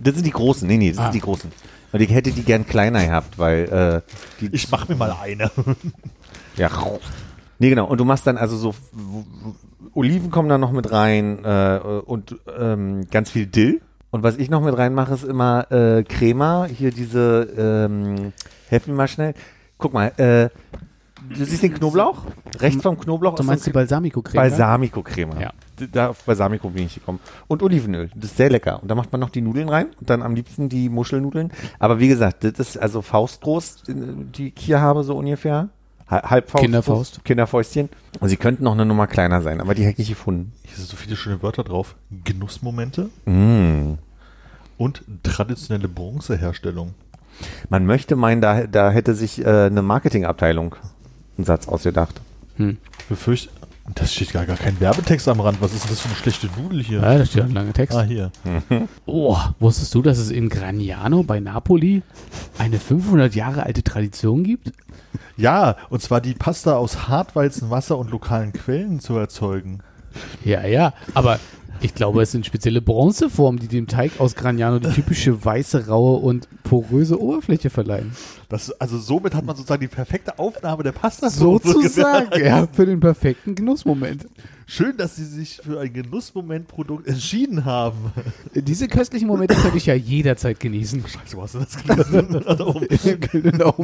das sind die großen. Nee, nee, das Ah. sind die großen. Und ich hätte die gern kleiner gehabt, weil äh, die. Ich mach mir mal eine. ja. Nee, genau. Und du machst dann also so. w- w- Oliven kommen dann noch mit rein äh, und ähm, ganz viel Dill. Und was ich noch mit reinmache, ist immer äh, Crema. Hier diese. Ähm, helf mir mal schnell. Guck mal. Äh, du siehst den Knoblauch? Rechts vom Knoblauch Du meinst die ist Balsamico-Creme? Balsamico-Creme. Ja. Da auf Balsamico bin ich gekommen. Und Olivenöl. Das ist sehr lecker. Und da macht man noch die Nudeln rein und dann am liebsten die Muschelnudeln. Aber wie gesagt, das ist also faustgroß, äh, die ich hier habe, so ungefähr. Ha- Halbfaust. Kinderfaust. Kinderfäustchen. Und sie könnten noch eine Nummer kleiner sein, aber die hätte ich nicht gefunden. Hier sind so viele schöne Wörter drauf. Genussmomente Mm. und traditionelle Bronzeherstellung. Man möchte meinen, da, da hätte sich äh, eine Marketingabteilung einen Satz ausgedacht. Befürcht. Das steht gar, gar kein Werbetext am Rand. Was ist denn das für eine schlechte Nudel hier? Ja, da steht ein langer Text. Ah, hier. Oh, wusstest du, dass es in Graniano bei Napoli eine 500 Jahre alte Tradition gibt? Ja, und zwar die Pasta aus Hartweizen, Wasser und lokalen Quellen zu erzeugen. Ja, ja, aber ich glaube, es sind spezielle Bronzeformen, die dem Teig aus Graniano die typische weiße, raue und poröse Oberfläche verleihen. Das, also somit hat man sozusagen die perfekte Aufnahme der Pasta. Sozusagen, ja, für den perfekten Genussmoment. Schön, dass sie sich für ein Genussmomentprodukt entschieden haben. Diese köstlichen Momente könnte ich ja jederzeit genießen. Scheiße, wo hast du das gelesen? Also, um, genau.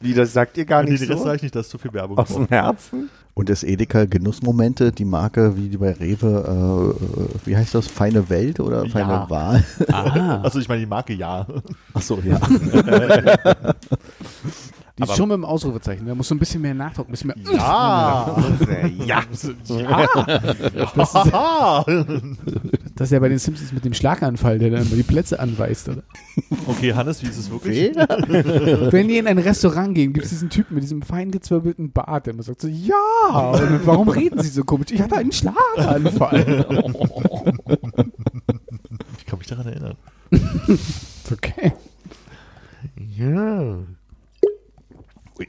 Wie, das sagt ihr gar nee, nicht den Rest so? sage ich nicht, das ist zu viel Werbung. Aus dem Herzen? Und ist Edeka Genussmomente, die Marke wie die bei Rewe, äh, wie heißt das, Feine Welt oder Feine Ja. Wahl? Ah, Also ich meine die Marke ja. Achso, ja. die ist schon mit dem Ausrufezeichen. Da musst du ein bisschen mehr nachdrucken, ein bisschen mehr. Ah. Ja. ja. Das, ist, Aha. das ist ja bei den Simpsons mit dem Schlaganfall, der dann immer die Plätze anweist, oder? Okay, Hannes, wie ist es wirklich? Wer? Wenn die in ein Restaurant gehen, gibt es diesen Typen mit diesem fein gezwirbelten Bart, der immer sagt so, ja, und warum reden sie so komisch? Ich hatte einen Schlaganfall. Ich kann mich daran erinnern. Okay. Ja. Ich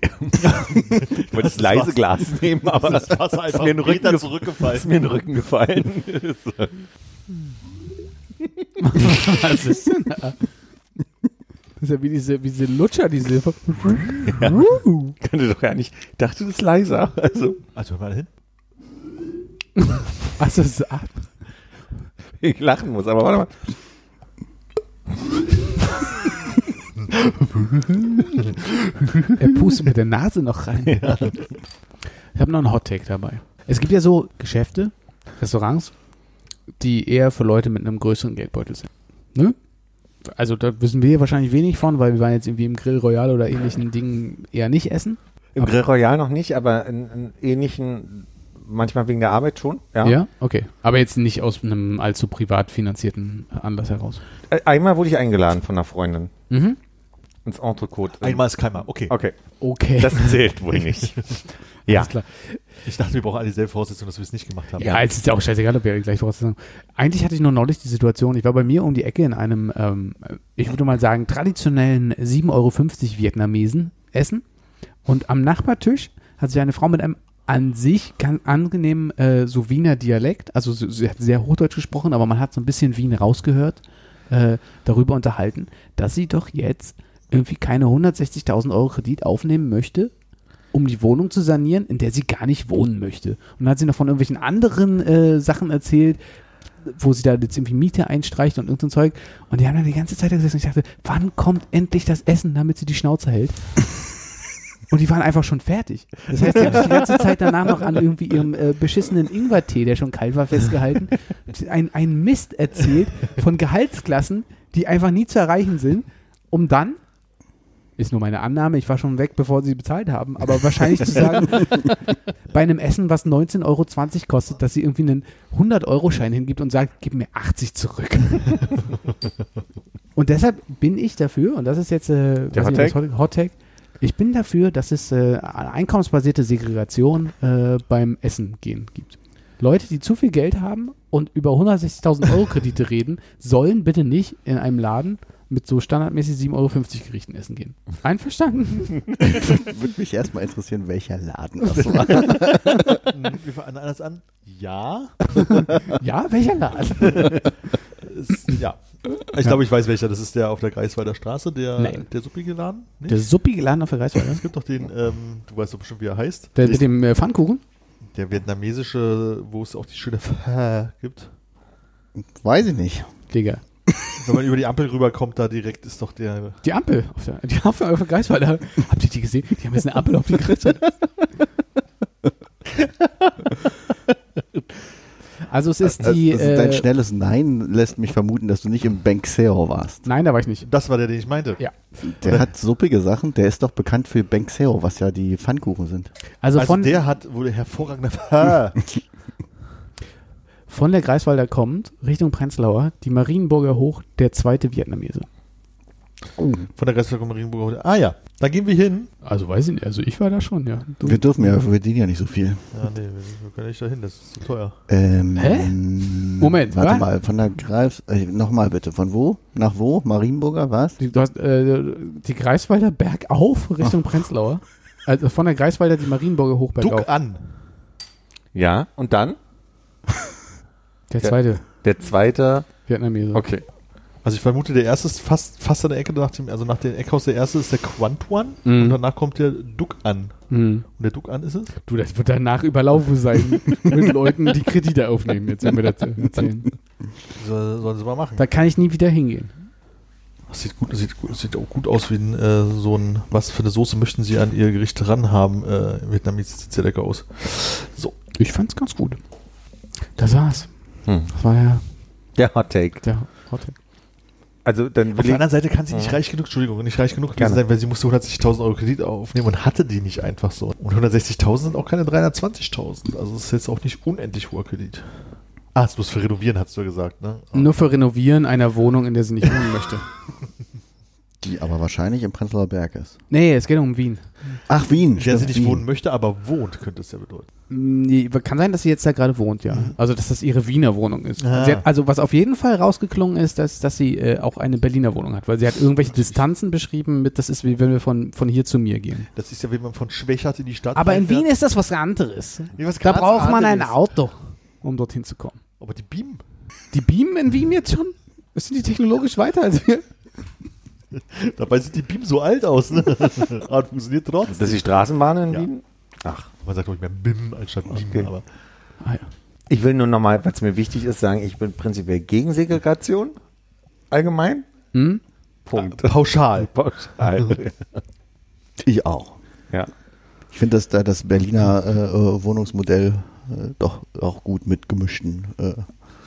wollte das leise Glas nehmen, aber Das Wasser einfach mir in den Rücken Meter gef- ist zurückgefallen. mir in den Rücken gefallen. Was ist denn da? Das ist ja wie diese, wie diese Lutscher, diese. Könnte doch gar nicht. Ich dachte, das ist leiser. Also, Also hör mal hin. Also, es ist ab. ich lachen muss, aber warte mal. Er pustet mit der Nase noch rein. Ich habe noch einen Hottake dabei. Es gibt ja so Geschäfte, Restaurants, die eher für Leute mit einem größeren Geldbeutel sind. Ne? Also da wissen wir wahrscheinlich wenig von, weil wir waren jetzt irgendwie im Grill Royal oder ähnlichen Dingen eher nicht essen. Im Grill Royal noch nicht, aber in, in ähnlichen, manchmal wegen der Arbeit schon. Ja. okay. Aber jetzt nicht aus einem allzu privat finanzierten Anlass heraus. Ä- Äh, Einmal wurde ich eingeladen von einer Freundin Mhm. ins Entrecote. Einmal ist keinmal. Okay. Okay, Okay. das zählt wohl nicht. ja. Alles klar. Ich dachte, wir brauchen alle dieselbe Voraussetzung, dass wir es nicht gemacht haben. Ja, es ist ja auch scheißegal, ob wir gleich voraussagen. Eigentlich hatte ich nur neulich die Situation, ich war bei mir um die Ecke in einem, ähm, ich würde mal sagen, traditionellen 7,50 Euro Vietnamesen essen. Und am Nachbartisch hat sich eine Frau mit einem an sich ganz angenehmen äh, so Wiener Dialekt, also so- sie hat sehr Hochdeutsch gesprochen, aber man hat so ein bisschen Wien rausgehört, äh, darüber unterhalten, dass sie doch jetzt irgendwie keine 160.000 Euro Kredit aufnehmen möchte, um die Wohnung zu sanieren, in der sie gar nicht wohnen möchte. Und dann hat sie noch von irgendwelchen anderen äh, Sachen erzählt, wo sie da jetzt irgendwie Miete einstreicht und irgendein Zeug. Und die haben dann die ganze Zeit da gesessen und ich dachte, wann kommt endlich das Essen, damit sie die Schnauze hält? Und die waren einfach schon fertig. Das heißt, die haben sich die ganze Zeit danach noch an irgendwie ihrem äh, beschissenen Ingwertee, der schon kalt war, festgehalten, ein, ein Mist erzählt von Gehaltsklassen, die einfach nie zu erreichen sind, um dann ist nur meine Annahme, ich war schon weg, bevor sie bezahlt haben, aber wahrscheinlich zu sagen, bei einem Essen, was 19,20 Euro kostet, dass sie irgendwie einen 100-Euro-Schein hingibt und sagt, gib mir 80 zurück. und deshalb bin ich dafür, und das ist jetzt äh, Der weiß nicht, Hottake? das Hot Hottake, Ich bin dafür, dass es äh, eine einkommensbasierte Segregation äh, beim Essen gehen gibt. Leute, die zu viel Geld haben und über 160.000 Euro Kredite reden, sollen bitte nicht in einem Laden mit so standardmäßig 7,50 Euro Gerichten essen gehen. Einverstanden? Würde mich erstmal interessieren, welcher Laden das war. Wir fangen anders an. Ja. ja, welcher Laden? Ist, ja. Ich glaube, ich weiß welcher. Das ist der auf der Greifswalder Straße, der, Nein. der suppige Laden. Nee? Der suppige Laden auf der Greifswalder. es gibt doch den, ähm, du weißt doch bestimmt, wie er heißt. Der mit dem äh, Pfannkuchen? Der vietnamesische, wo es auch die schöne Pho gibt. Weiß ich nicht. Digga. Wenn man über die Ampel rüberkommt, da direkt ist doch der. Die Ampel auf der, die Ampel auf der Greifswalder. Habt ihr die gesehen? Die haben jetzt eine Ampel auf die Greifswalder. Also es ist die. das ist dein äh, schnelles Nein lässt mich vermuten, dass du nicht im Banksero warst. nein, da war ich nicht. Das war der, den ich meinte. Ja. Der hat suppige Sachen, der ist doch bekannt für Banksero, was ja die Pfannkuchen sind. Also, Also von, der hat wohl hervorragende Pho. von der Greifswalder kommt, Richtung Prenzlauer, die Marienburger hoch, der zweite Vietnamese. Von der Restaurant Marienburger. Ah ja, da gehen wir hin. Also weiß ich nicht, also ich war da schon, ja. Du. Wir dürfen ja, wir verdienen ja nicht so viel. Ja, nee, wir, wir können nicht da hin, das ist zu teuer. Ähm, Hä? Moment, warte was? mal, von der Greifs, äh, nochmal bitte, von wo? Nach wo? Marienburger, was? Die- Du hast äh, die Greifswalder bergauf Richtung Prenzlauer. Also von der Greifswalder die Marienburger hoch bergauf. Duck an. Ja, und dann? Der zweite Der zweite. Vietnamese. Okay. Also ich vermute, der erste ist fast, fast an der Ecke nach dem, also nach dem Eckhaus der erste ist der Quantuan Mhm. und danach kommt der Duck an. Hm. Und der Duck an ist es? Du, das wird danach überlaufen sein mit Leuten, die Kredite aufnehmen, jetzt wenn wir das äh, erzählen. So, sollen sie mal machen. Da kann ich nie wieder hingehen. Das sieht gut, das sieht, gut, das sieht auch gut aus wie ein, äh, so ein, was für eine Soße möchten sie an ihr Gericht ranhaben? Äh, Vietnamesisch sieht sehr lecker aus. Ich fand's ganz gut. Das war's. Hm. Das war ja Der Hot Take. der Hotel. Also dann Auf will der ich, anderen Seite kann sie nicht Ja. reich genug, Entschuldigung, nicht reich genug gewesen Gerne. sein, weil sie musste 160.000 Euro Kredit aufnehmen und hatte die nicht einfach so. Und 160.000 sind auch keine 320.000. Also es ist jetzt auch nicht unendlich hoher Kredit. Ah, es muss für renovieren, hast du ja gesagt, ne? Nur für Renovieren einer Wohnung, in der sie nicht wohnen möchte. Die aber wahrscheinlich im Prenzlauer Berg ist. Nee, es geht um Wien. Ach, Wien. Der sie stimmt, nicht Wien. also wohnen möchte, aber wohnt, könnte es ja bedeuten. Nee, kann sein, dass sie jetzt da gerade wohnt, ja. Also, dass das ihre Wiener Wohnung ist. Ah. Sie hat, also, was auf jeden Fall rausgeklungen ist, dass, dass sie äh, auch eine Berliner Wohnung hat, weil sie hat irgendwelche Distanzen beschrieben mit, das ist wie wenn wir von, von hier zu mir gehen. Das ist ja, wenn man von Schwächert in die Stadt Aber in reinfährt. Wien ist das was anderes. Nee, was Da ganz braucht man ein anderes. Auto, um dorthin zu kommen. Aber die Beam. Die beamen in Wien jetzt schon? Sind die technologisch weiter als wir? Dabei sieht die Beam so alt aus, ne? Aber funktioniert trotzdem. das ist die Straßenbahn in Ja. Wien. Ach. Man sagt, glaube ich, mehr Bim anstatt Beam. Okay. Aber Ah, ja. Ich will nur nochmal, weil es mir wichtig ist, sagen, ich bin prinzipiell gegen Segregation. Allgemein. Hm? Punkt. Ah, pauschal. Pauschal. Ich auch. ja. Ich finde, dass da das Berliner äh, äh, Wohnungsmodell äh, doch auch gut mit gemischten äh,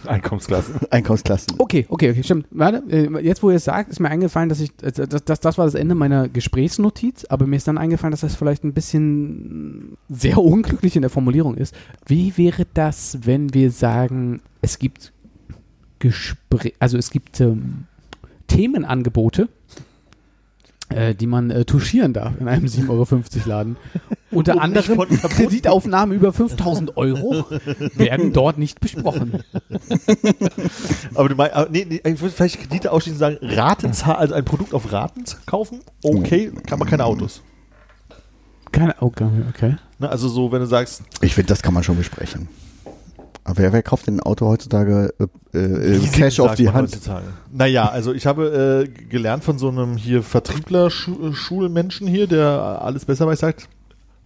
Einkommensklassen. Einkommensklassen. Okay, okay, okay, stimmt. Warte, äh, jetzt wo ihr es sagt, ist mir eingefallen, dass ich, äh, das, das, das war das Ende meiner Gesprächsnotiz, aber mir ist dann eingefallen, dass das vielleicht ein bisschen sehr unglücklich in der Formulierung ist. Wie wäre das, wenn wir sagen, es gibt Gespräche, also es gibt ähm, Themenangebote, äh, die man äh, touchieren darf in einem 7,50 Euro Laden. Unter nicht anderem von verboten. Kreditaufnahmen über 5000 Euro werden dort nicht besprochen. Aber du meinst, aber nee, nee, ich würde vielleicht Kredite ausschließen und sagen, Ratenzahl, also ein Produkt auf Raten kaufen, okay, kann man keine Autos. Keine Augen, okay. Ne, also so, wenn du sagst, Ich finde, das kann man schon besprechen. Aber wer, wer kauft denn ein Auto heutzutage äh, äh, Leasing Cash auf sagt die man Hand? heutzutage. Naja, also ich habe äh, g- gelernt von so einem hier Vertriebler-Schulmenschen hier, der alles besser weiß, sagt,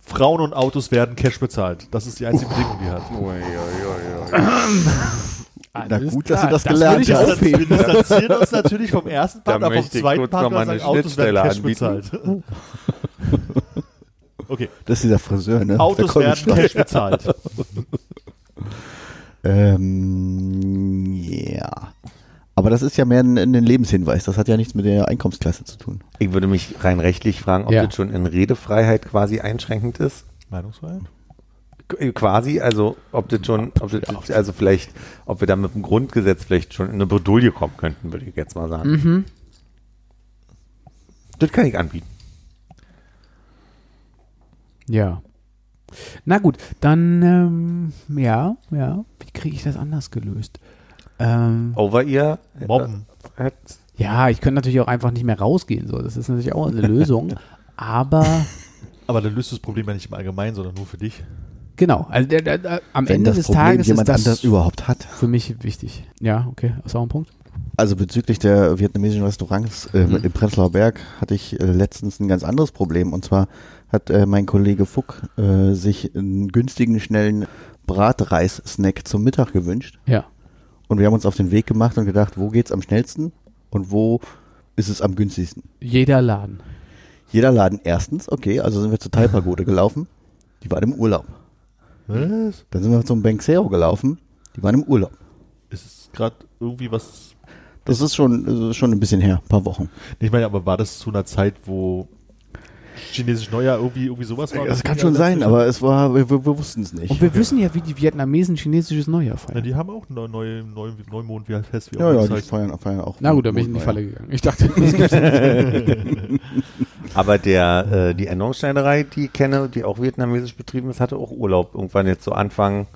Frauen und Autos werden Cash bezahlt. Das ist die einzige Bedingung, die er hat. Na Alles gut, dass du klar, das das würde gelernt ich hast. auch- Aufheben. Wir distanzieren uns natürlich vom ersten Da Partner, vom möchte ich zweiten kurz Partner, noch mal sagen, eine Autos werden Schnittstelle Cash bezahlt. anbieten. Okay, Das ist dieser Friseur, ne? Autos Der werden Cash bezahlt. Ähm, ja. Aber das ist ja mehr ein, ein Lebenshinweis. Das hat ja nichts mit der Einkommensklasse zu tun. Ich würde mich rein rechtlich fragen, ob Ja. das schon in Redefreiheit quasi einschränkend ist. Meinungsfreiheit? Qu- Quasi, also ob das schon, ob das, also vielleicht, ob wir da mit dem Grundgesetz vielleicht schon in eine Bredouille kommen könnten, würde ich jetzt mal sagen. Das kann ich anbieten. Ja. Na gut, dann, ähm, ja, ja. Wie kriege ich das anders gelöst? Ähm, Over ihr. Mobben. Ja, ich könnte natürlich auch einfach nicht mehr rausgehen. So. Das ist natürlich auch eine Lösung. Aber Aber dann löst du das Problem ja nicht im Allgemeinen, sondern nur für dich. genau, also der, der, der, am Wenn Ende das des Problem Tages ist jemand das anders überhaupt hat. für mich wichtig. Ja, okay, ist auch ein Punkt. Also bezüglich der vietnamesischen Restaurants äh, Mhm. im Prenzlauer Berg hatte ich äh, letztens ein ganz anderes Problem. Und zwar hat äh, mein Kollege Fuck äh, sich einen günstigen, schnellen Bratreis-Snack zum Mittag gewünscht. Ja. Und wir haben uns auf den Weg gemacht und gedacht, wo geht's am schnellsten und wo ist es am günstigsten? Jeder Laden. Jeder Laden erstens, okay, also sind wir zur Teilpagode gelaufen, die waren im Urlaub. Hm. Was? Dann sind wir zum Banksero gelaufen, die waren im Urlaub. Ist es gerade irgendwie was. Das ist schon, das ist schon ein bisschen her, ein paar Wochen. Ich meine, aber war das zu einer Zeit, wo chinesisch Neujahr irgendwie, irgendwie sowas war? Das kann schon sein, aber es war, wir, wir, wir wussten es nicht. Und wir wissen ja, wie die Vietnamesen chinesisches Neujahr Na, feiern. die haben auch einen neuen, neuen, Neumond, wie halt fest, wie ja, ja, das die heißt. feiern, feiern auch. Na gut, dann bin ich in die Falle gegangen. Ich dachte, das gibt's nicht. Aber der, äh, die Ernährungsschneiderei, die ich kenne, die auch vietnamesisch betrieben ist, hatte auch Urlaub irgendwann jetzt so Anfang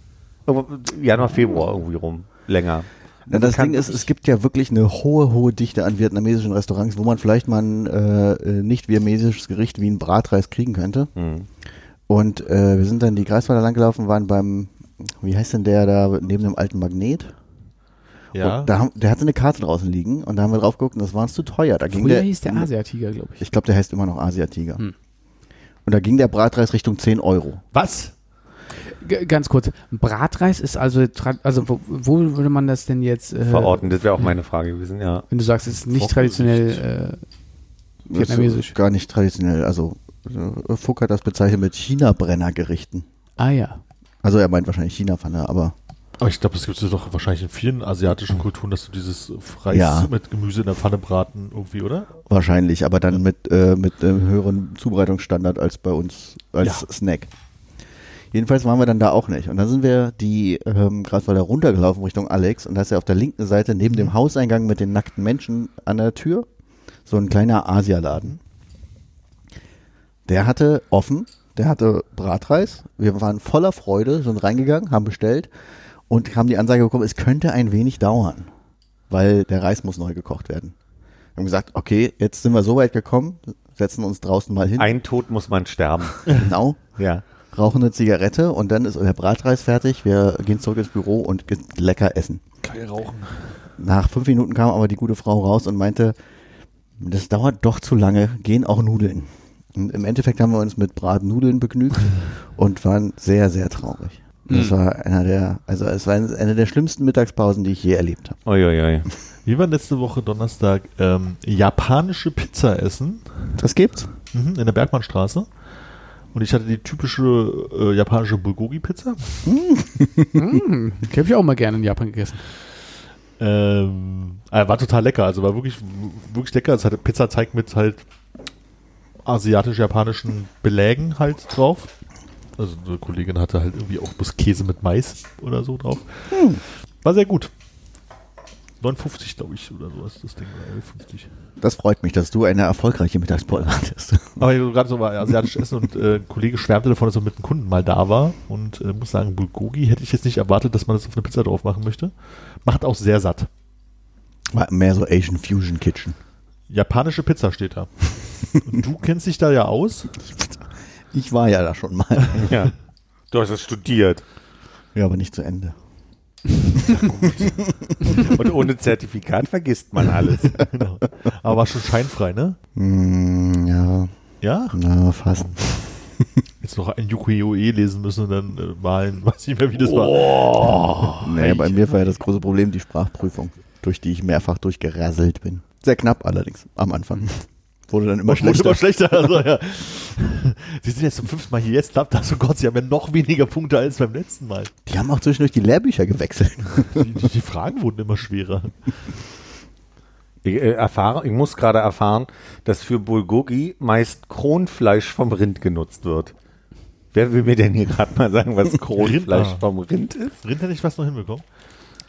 irgendwo- Januar, Februar irgendwie rum. Länger. Na, das Kann- Ding ist, es gibt ja wirklich eine hohe, hohe Dichte an vietnamesischen Restaurants, wo man vielleicht mal ein äh, nicht vietnamesisches Gericht wie ein Bratreis kriegen könnte. Hm. Und äh, wir sind dann die Greifswalder lang gelaufen, waren beim, wie heißt denn der da, neben dem alten Magnet? Ja. Und da haben, der hatte eine Karte draußen liegen und da haben wir drauf geguckt und das war uns zu teuer. Da ging Früher der, hieß der Asiatiger, glaube ich. Ich glaube, der heißt immer noch Asiatiger. Hm. Und da ging der Bratreis Richtung 10 Euro. was? G ganz kurz, Bratreis ist also, tra- also wo, wo würde man das denn jetzt äh, Verorten, das wäre auch meine Frage gewesen, ja. Wenn du sagst, es ist nicht traditionell äh, Das ist vietnamesisch. Gar nicht traditionell. Also äh, Fuck hat das bezeichnet mit China-Brenner-Gerichten. Ah ja. Also er meint wahrscheinlich China-Pfanne, aber Aber ich glaube, das gibt es doch wahrscheinlich in vielen asiatischen Kulturen, dass du dieses Reis Ja. mit Gemüse in der Pfanne braten irgendwie, oder? wahrscheinlich, aber dann mit, äh, mit einem höheren Zubereitungsstandard als bei uns als Ja. Snack. Jedenfalls waren wir dann da auch nicht. Und dann sind wir die ähm, Graswalder runtergelaufen Richtung Alex und da ist ja auf der linken Seite neben dem Hauseingang mit den nackten Menschen an der Tür so ein kleiner Asialaden. Der hatte offen, der hatte Bratreis. Wir waren voller Freude, sind reingegangen, haben bestellt und haben die Ansage bekommen, es könnte ein wenig dauern, weil der Reis muss neu gekocht werden. Wir haben gesagt, okay, jetzt sind wir so weit gekommen, setzen uns draußen mal hin. Ein Tod muss man sterben. Genau ja. rauchen eine Zigarette und dann ist der Bratreis fertig. Wir gehen zurück ins Büro und ge- lecker essen. Geil rauchen. Nach fünf Minuten kam aber die gute Frau raus und meinte, das dauert doch zu lange, gehen auch Nudeln. Und im Endeffekt haben wir uns mit Bratnudeln begnügt und waren sehr, sehr traurig. Das war einer der, also es war eine der schlimmsten Mittagspausen, die ich je erlebt habe. Uiuiui. Wir waren letzte Woche Donnerstag ähm, japanische Pizza essen Das gibt's? mhm, in der Bergmannstraße. Und ich hatte die typische äh, japanische Bulgogi-Pizza. Hm, die habe ich auch mal gerne in Japan gegessen. Ähm, äh, war total lecker, also war wirklich, wirklich lecker. Es hatte Pizzateig mit halt asiatisch-japanischen Belägen halt drauf. Also eine Kollegin hatte halt irgendwie auch bloß Käse mit Mais oder so drauf. War sehr gut. 59, glaube ich, oder sowas, das Ding war 59. Das freut mich, dass du eine erfolgreiche Mittagspause hattest. Aber ich gerade so mal asiatisch essen und äh, ein Kollege schwärmte davon, dass er mit einem Kunden mal da war. Und äh, muss sagen, Bulgogi hätte ich jetzt nicht erwartet, dass man das auf eine Pizza drauf machen möchte. Macht auch sehr satt. War mehr so Asian Fusion Kitchen. Japanische Pizza steht da. Und du kennst dich da ja aus. Ich war ja da schon mal. Ja. Du hast es studiert. Ja, aber nicht zu Ende. Und ohne Zertifikat vergisst man alles. Genau. Aber war schon scheinfrei, ne? Hm, ja, Ja? na, fast. Jetzt noch ein Yukioe lesen müssen und dann äh, malen. Weiß nicht mehr, wie das war. Nee, bei mir war ja das große Problem die Sprachprüfung, durch die ich mehrfach durchgerasselt bin. Sehr knapp allerdings am Anfang. Wurde dann immer Wurde schlechter. immer schlechter. Also, ja. Sie sind jetzt zum fünften Mal hier. Jetzt klappt das. Oh Gott, sie haben ja noch weniger Punkte als beim letzten Mal. Die haben auch zwischendurch die Lehrbücher gewechselt. Die, die, die Fragen wurden immer schwerer. Ich, äh, erfahre, ich muss gerade erfahren, dass für Bulgogi meist Kronfleisch vom Rind genutzt wird. Wer will mir denn hier gerade mal sagen, was Kronfleisch Rinder. vom Rind ist? Rind hätte ich fast noch hinbekommen.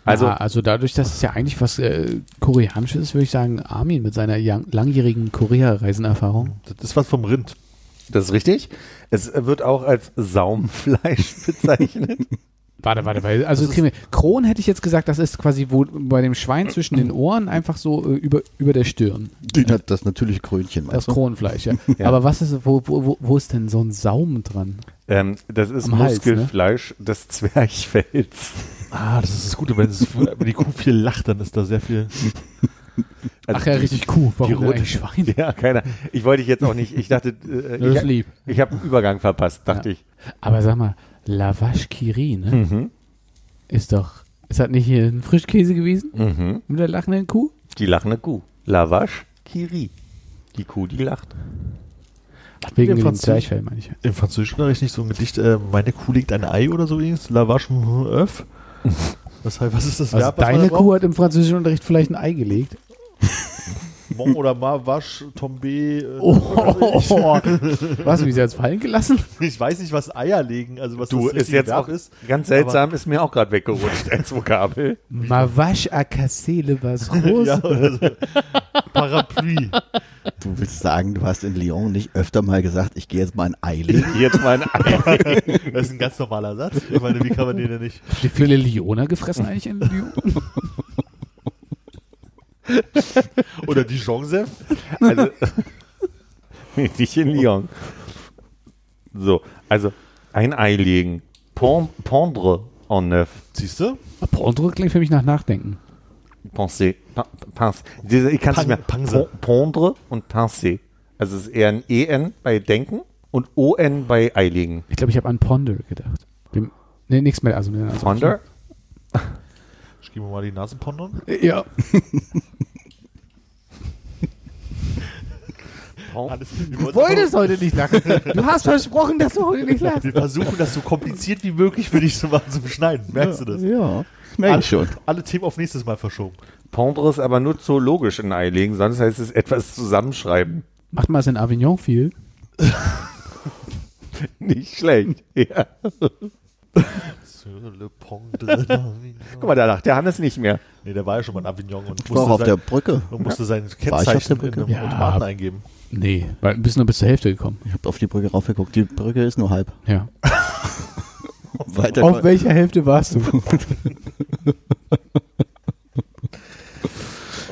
Also, ja, also dadurch, dass es ja eigentlich was äh, Koreanisches ist, würde ich sagen, Armin mit seiner yang- langjährigen Korea-Reisenerfahrung. Das ist was vom Rind. Das ist richtig. Es wird auch als Saumfleisch bezeichnet. Warte, warte, warte. Also kriegen wir, Kron hätte ich jetzt gesagt, das ist quasi wo, bei dem Schwein zwischen den Ohren einfach so äh, über, über der Stirn. Die, das, das natürliche Krönchen, Das meinst du? Kronfleisch, ja. Aber was ist, wo, wo, wo- wo ist denn so ein Saum dran? ähm, das ist Am Hals, Muskelfleisch des Zwerchfells. Ah, das ist das Gute, wenn, es, wenn die Kuh viel lacht, dann ist da sehr viel. Ach ja, richtig Kuh. Warum rote- denn eigentlich Schwein? Ja, keiner. Ich wollte dich jetzt auch nicht. Ich dachte, äh, Das ist ich, lieb. ich habe einen Übergang verpasst, dachte Ja. ich. Aber sag mal, Lavash Kiri, ne? Ist doch, ist das nicht hier ein Frischkäse gewesen? Mit der lachenden Kuh? Die lachende Kuh. Lavash Kiri. Die Kuh, die lacht. Wegen wir dem Französisch- Zwerchfell, meine ich. ja. Im Französischunterricht nicht so ein Gedicht, äh, meine Kuh legt ein Ei oder so übrigens. La vache mon œuf. Das heißt, was ist das Also Verb, was man deine da Kuh hat im Französischunterricht vielleicht ein Ei gelegt. braucht? Mon oder ma vache, tombé. Äh, Oh, was, wie sie hat's fallen gelassen? Ich weiß nicht, was Eier legen, also was Du, das ist richtige jetzt Verb auch ist. ganz seltsam, ist mir auch gerade weggerutscht als Vokabel. Mavache à casser le vase rose. Ja, oder so. Parapluie. Du willst sagen, du hast in Lyon nicht öfter mal gesagt, ich gehe jetzt mal ein Ei legen. Jetzt mein Ei. Das ist ein ganz normaler Satz. Ich meine, wie kann man den denn nicht? Wie viele Lyoner gefressen eigentlich in Lyon? Oder Dijon-Senf? Also, nicht in Lyon. So, also ein Ei legen. Pon- Pondre en neuf. Siehst du? Porndruck klingt für mich nach Nachdenken. Pensée. Pa- Pince. Diese- Ich kann es Pan- nicht mehr. Panse. Pon- Pondre und Pincé. Also es ist eher ein EN bei Denken und ON bei Ei legen. Ich glaube, ich habe an Ponder gedacht. Dem, nee, nichts mehr. Also, nee, also Ponder? Ich gebe mir mal die Nasenpondern. Ja. Pon- Du heute nicht lachen. Du hast versprochen, dass du heute nicht lachst. Wir versuchen das so kompliziert wie möglich für dich zu machen, zum Schneiden. Merkst du das? Ja, das merke ich schon. Alle Themen auf nächstes Mal verschoben. Pondre ist aber nur zoologisch in Ei legen, sonst heißt es etwas zusammenschreiben. Macht man es in Avignon viel? Nicht schlecht. Ja. Le Pondre. Guck mal, da lacht der Hannes nicht mehr. Nee, der war ja schon mal in Avignon und Ich war auch auf sein, der Brücke. und musste sein auf der Kennzeichen in Brücke? einem Ja. Automaten eingeben. Nee, weil bist nur bis zur Hälfte gekommen. Ich habe auf die Brücke raufgeguckt. Die Brücke ist nur halb. Ja. Weiter Auf welcher Hälfte warst du?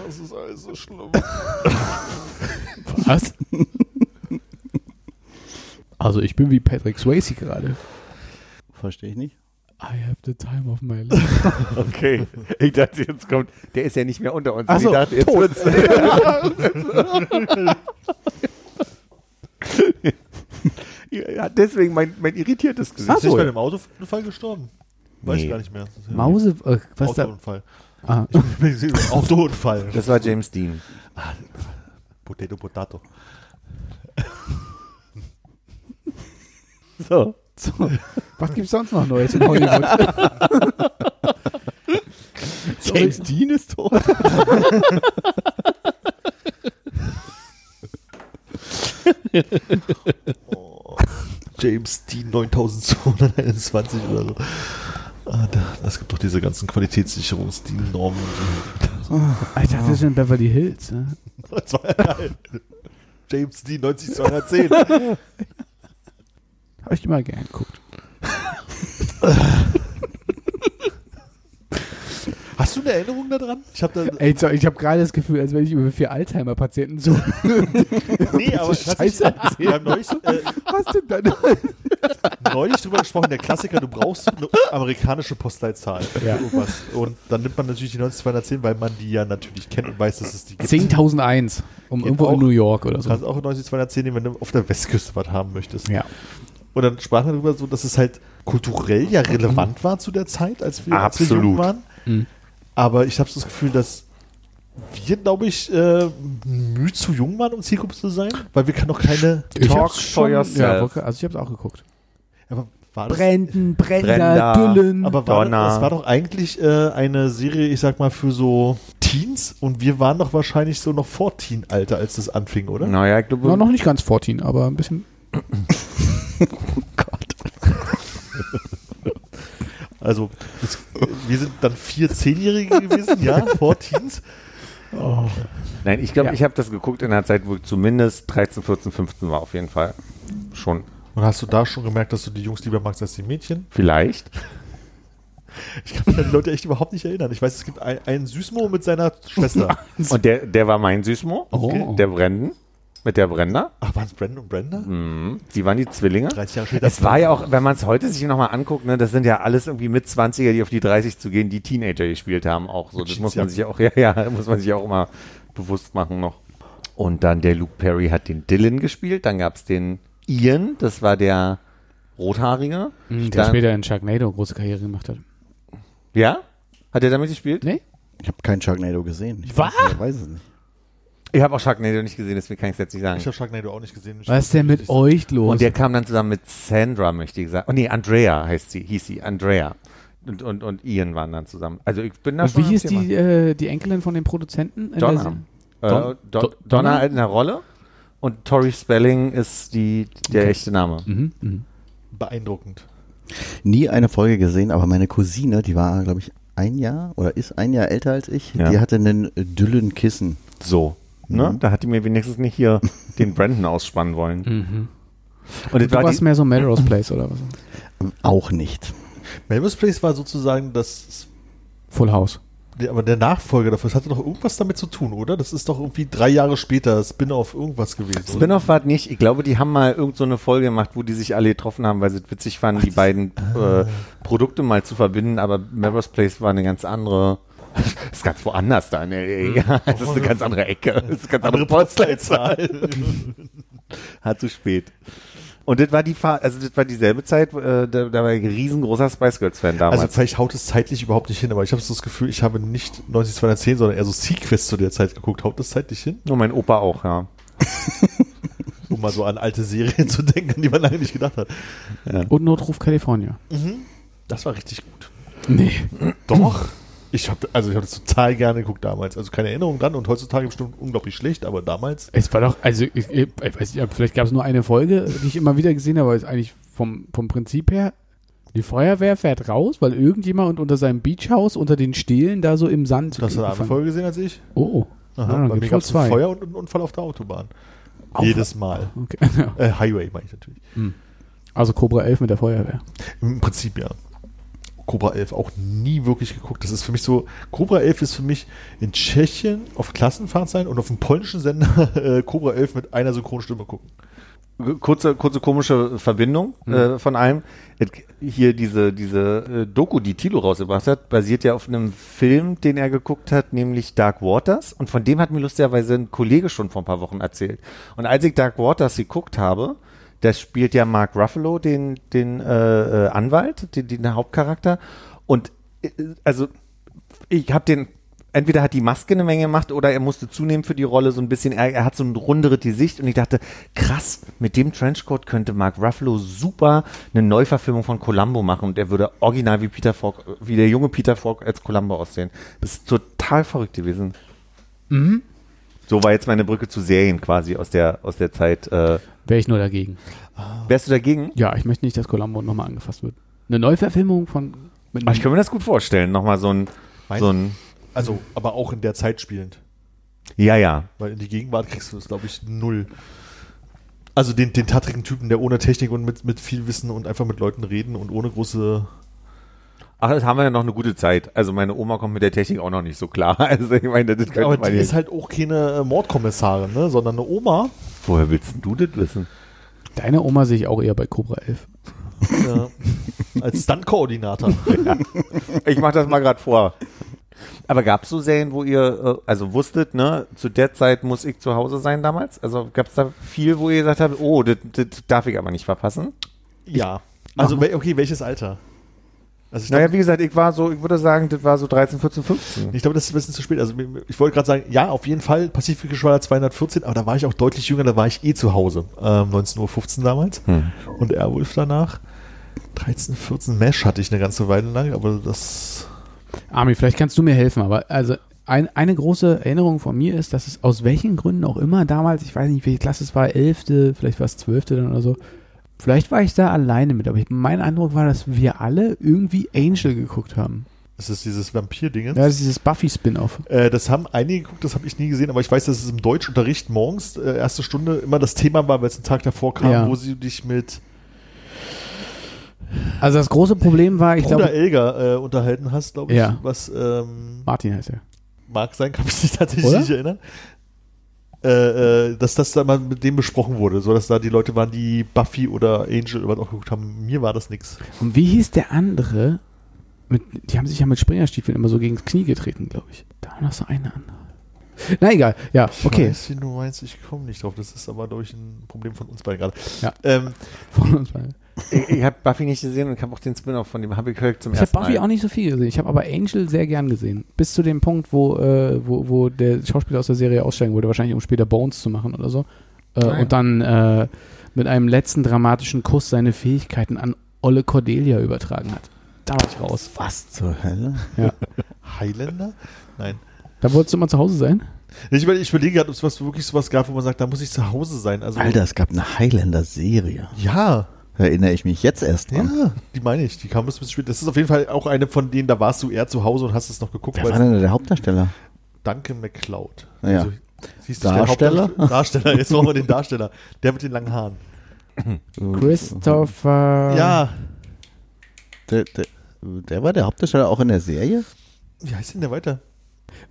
Das ist alles so schlimm. Was? Also ich bin wie Patrick Swayze gerade. Verstehe ich nicht. I have the time of my life. Okay. Ich dachte, jetzt kommt. Der ist ja nicht mehr unter uns. Ach ich so, dachte, jetzt wird's- ja, deswegen mein, mein irritiertes Gesicht. Ist nicht bei dem Autounfall gestorben? Weiß Nee. ich gar nicht mehr. Mause, äh, was da? Autounfall. Ah. Autounfall. Das war James Dean. Potato, potato. So. Was gibt's sonst noch Neues in Hollywood? James Dean ist tot. James Dean 9221 oder so. Ah, da- Es gibt doch diese ganzen Qualitätssicherungsdiennormen. Ich dachte, das ist in Beverly Hills. Ne? Das war ja geil. James Dean 90210. Habe ich immer gern geguckt. Hast du eine Erinnerung daran? Ich habe da Ey, sorry, ich habe gerade das Gefühl, als wenn ich über vier Alzheimer-Patienten so nee, aber tatsächlich, Scheiße wir erzählt. haben neulich, äh, Was denn dann? neulich drüber gesprochen, der Klassiker, du brauchst eine amerikanische Postleitzahl für Ja. irgendwas. Und dann nimmt man natürlich die 90210, weil man die ja natürlich kennt und weiß, dass es die gibt. 10.001. Um irgendwo auch. in New York oder Du so. kannst auch 90210 nehmen, wenn du auf der Westküste was haben möchtest. Ja. Und dann sprach man darüber so, dass es halt kulturell ja relevant war zu der Zeit, als wir, als wir Absolut. jung waren. Mhm. Aber ich habe so das Gefühl, dass wir, glaube ich, äh, müde zu jung waren, um Zielgruppe zu sein, weil wir können doch keine. Ich Talk hab's for schon- Ja, yourself. okay, also ich habe es auch geguckt. Aber war das, Brenden, Brenda, Düllen. aber war Donner. das, das war doch eigentlich äh, eine Serie, ich sag mal, für so Teens und wir waren doch wahrscheinlich so noch vor Teen-Alter, als das anfing, oder? Naja, ich glaube, War ne? noch nicht ganz 14, aber ein bisschen. Also, es, wir sind dann vier Zehnjährige gewesen, ja, vor Teens. Nein, ich glaube, Ja. ich habe das geguckt in einer Zeit, wo ich zumindest 13, 14, 15 war, auf jeden Fall. schon. Und hast du da schon gemerkt, dass du die Jungs lieber magst als die Mädchen? Vielleicht. Ich kann mich an die Leute echt überhaupt nicht erinnern. Ich weiß, es gibt ein- einen Süßmo mit seiner Schwester. Und der, der war mein Süßmo, Oh. der Brenden, mit der Brenda. Ach, waren es Brandon und Brenda? Die waren die Zwillinge. 30 Jahre später. Es war ja auch, wenn man es heute sich nochmal anguckt, ne, das sind ja alles irgendwie mit 20er, die auf die 30 zu gehen, die Teenager gespielt haben auch. So, das muss man sich auch, ja, ja, muss man sich auch immer bewusst machen noch. Und dann der Luke Perry hat den Dylan gespielt, dann gab es den Ian, das war der Rothaarige. Hm, Der Mhm, dann, später in Sharknado große Karriere gemacht hat. ja? Hat er damit gespielt? Nee? Ich habe keinen Sharknado gesehen. Ich Was? weiß, nicht, ich weiß es nicht. Ich habe auch Sharknado nicht gesehen, deswegen kann ich es jetzt nicht sagen. Ich habe Sharknado auch nicht gesehen. Was ist denn mit euch los? Und der kam dann zusammen mit Sandra, möchte ich sagen. Oh nee, Andrea heißt sie, hieß sie, Andrea. Und, und, und Ian waren dann zusammen. Also ich bin da Und schon. wie hieß am Thema. die, äh, die Enkelin von dem Produzenten? In Donna. Äh, Don- Do Do- Donna Donna? in der Rolle und Tori Spelling ist die, der echte Name. Mhm, mhm. Beeindruckend. Nie eine Folge gesehen, aber meine Cousine, die war, glaube ich, ein Jahr oder ist ein Jahr älter als ich, Ja. die hatte einen Düllen Kissen. So. Ne? Da hat die mir wenigstens nicht hier den Brandon ausspannen wollen. Und das Mhm. Du war warst die, mehr so Melrose Place oder was? Auch nicht. Melrose Place war sozusagen das, Full House. der- aber der Nachfolger dafür. Das hatte doch irgendwas damit zu tun, oder? Das ist doch irgendwie drei Jahre später Spin-off irgendwas gewesen. oder? Spin-off war es nicht. Ich glaube, die haben mal irgend so eine Folge gemacht, wo die sich alle getroffen haben, weil sie es witzig fanden, die beiden äh, Produkte mal zu verbinden. Aber Melrose Place war eine ganz andere. ist ganz woanders da in L.A. Ja, das ist eine ganz andere Ecke. Das ist eine ganz andere Postleitzahl. Hat zu spät. Und das war die Fa also das war dieselbe Zeit, äh, da, da war ich ein riesengroßer Spice Girls Fan damals. Also vielleicht haut es zeitlich überhaupt nicht hin, aber ich habe so das Gefühl, ich habe nicht 90210, sondern eher so Sequest zu der Zeit geguckt. Haut das zeitlich hin? Nur mein Opa auch, ja. Um mal so an alte Serien zu denken, an die man lange nicht gedacht hat. Und Notruf California. Das war richtig gut. Nee. Doch. Hm. Ich habe also ich habe das total gerne geguckt damals. Also keine Erinnerung dran und heutzutage bestimmt unglaublich schlecht, aber damals Es war doch, also ich, ich weiß nicht, vielleicht gab es nur eine Folge, die ich immer wieder gesehen habe, aber ist eigentlich vom, vom Prinzip her, die Feuerwehr fährt raus, weil irgendjemand unter seinem Beachhaus unter den Stelen da so im Sand. hast du eine andere gefangen- Folge gesehen als ich. Oh. Aha, Ah, bei mir gibt's wohl gab es zwei. ein Feuer und einen Unfall auf der Autobahn. Jedes Mal. Okay. Äh, Highway meine ich natürlich. Also Cobra 11 mit der Feuerwehr. Im Prinzip ja. Cobra 11 auch nie wirklich geguckt. Das ist für mich so, Cobra 11 ist für mich in Tschechien auf Klassenfahrt sein und auf dem polnischen Sender äh, Cobra 11 mit einer Synchronstimme gucken. kurze, kurze komische Verbindung äh, von allem. Hier diese, diese äh, Doku, die Tilo rausgebracht hat, basiert ja auf einem Film, den er geguckt hat, nämlich Dark Waters. Und von dem hat mir lustigerweise ein Kollege schon vor ein paar Wochen erzählt. Und als ich Dark Waters geguckt habe, das spielt ja Mark Ruffalo, den, den äh, äh, Anwalt, den, den Hauptcharakter. Und äh, also ich habe den entweder hat die Maske eine Menge gemacht oder er musste zunehmen für die Rolle so ein bisschen er, er hat so ein rundere Gesicht und ich dachte krass mit dem Trenchcoat könnte Mark Ruffalo super eine Neuverfilmung von Columbo machen und er würde original wie Peter Falk wie der junge Peter Falk als Columbo aussehen das ist total verrückt gewesen so war jetzt meine Brücke zu Serien quasi aus der aus der Zeit äh, Wäre ich nur dagegen. wärst du dagegen Ja, ich möchte nicht, dass Columbo nochmal angefasst wird. Eine Neuverfilmung von. Mit Ach, ich kann mir das gut vorstellen nochmal so ein Meinst so ein Also, aber auch in der Zeit spielend. ja ja Weil in die Gegenwart kriegst du das, glaube ich, null. Also den, den tattrigen Typen, der ohne Technik und mit, mit viel Wissen und einfach mit Leuten reden und ohne große Ach, das haben wir ja noch eine gute Zeit. Also meine Oma kommt mit der Technik auch noch nicht so klar. Also ich meine, das könnte Aber man die ist jetzt. halt auch keine äh, Mordkommissarin, ne? sondern eine Oma. Woher willst denn du das wissen? Deine Oma sehe ich auch eher bei Cobra 11. Ja. äh, Als Stunt-Koordinator. Ich mach das mal gerade vor. Aber gab es so Serien, wo ihr, äh, also wusstet, ne, zu der Zeit muss ich zu Hause sein damals? Also gab es da viel, wo ihr gesagt habt, oh, das, das darf ich aber nicht verpassen? ja. Also, wel- okay, welches Alter? Also ich glaube, Naja, wie gesagt, ich war so, ich würde sagen, das war so 13, 14, 15. ich glaube, das ist ein bisschen zu spät. Also ich wollte gerade sagen, ja, auf jeden Fall Pazifikgeschwader 214, aber da war ich auch deutlich jünger, da war ich eh zu Hause. Ähm, 19.15 Uhr damals. Hm. Und Airwolf danach. 13, 14 Mesh hatte ich eine ganze Weile lang, aber das Armin, vielleicht kannst du mir helfen, aber also ein, eine große Erinnerung von mir ist, dass es aus welchen Gründen auch immer damals, ich weiß nicht, welche Klasse es war, 11., vielleicht war es 12. dann oder so, vielleicht war ich da alleine mit, aber ich, mein Eindruck war, dass wir alle irgendwie Angel geguckt haben. Ist es dieses Vampir-Dingens? Ja, das ist dieses Buffy-Spin-Off. Äh, das haben einige geguckt, das habe ich nie gesehen, aber ich weiß, dass es im Deutschunterricht morgens, äh, erste Stunde, immer das Thema war, weil es einen Tag davor kam, Ja. wo sie dich mit Also das große Problem war, ich Bruder glaube, Elger äh, unterhalten hast, glaube ich. Ja. Was ähm, Martin heißt er. mag sein, kann mich nicht tatsächlich Oder? nicht erinnern. Äh, äh, dass das da mal mit dem besprochen wurde, so dass da die Leute waren, die Buffy oder Angel oder was auch geguckt haben. Mir war das nix. Und wie hieß der andere? Mit, die haben sich ja mit Springerstiefeln immer so gegen das Knie getreten, glaube ich. Da war noch so eine andere. Na egal, ja, Ich okay. weiß, wie du meinst, ich komme nicht drauf. Das ist aber, glaube ich, ein Problem von uns beiden gerade. Ja. Ähm, Von uns beiden. Ich, ich habe Buffy nicht gesehen und habe auch den Spin-off von dem habe ich gehört zum Ich habe ersten Buffy Mal. auch nicht so viel gesehen. Ich habe aber Angel sehr gern gesehen. Bis zu dem Punkt, wo, äh, wo, wo der Schauspieler aus der Serie aussteigen wollte, wahrscheinlich um später Bones zu machen oder so. Äh, Ah, ja. Und dann äh, mit einem letzten dramatischen Kuss seine Fähigkeiten an Olle Cordelia übertragen hat. Da war ich raus. Was zur Hölle? Highlander? Nein. Da wolltest du mal zu Hause sein? Ich, überle ich überlege gerade, ob es was, wirklich sowas gab, wo man sagt, da muss ich zu Hause sein. Also, Alter, es gab eine Highlander-Serie. Ja, Erinnere ich mich jetzt erst dran. ja, die meine ich. Die kam bis ein bisschen später. Das ist auf jeden Fall auch eine von denen, da warst du eher zu Hause und hast es noch geguckt, Wer weil war es denn da der Hauptdarsteller? Duncan McCloud. Ja. siehst du, der Darsteller? Hauptdarsteller- Darsteller, jetzt brauchen wir den Darsteller. Der mit den langen Haaren. Ähm. Christopher. Ja, Der, der, der war der Hauptdarsteller auch in der Serie? wie heißt denn der weiter?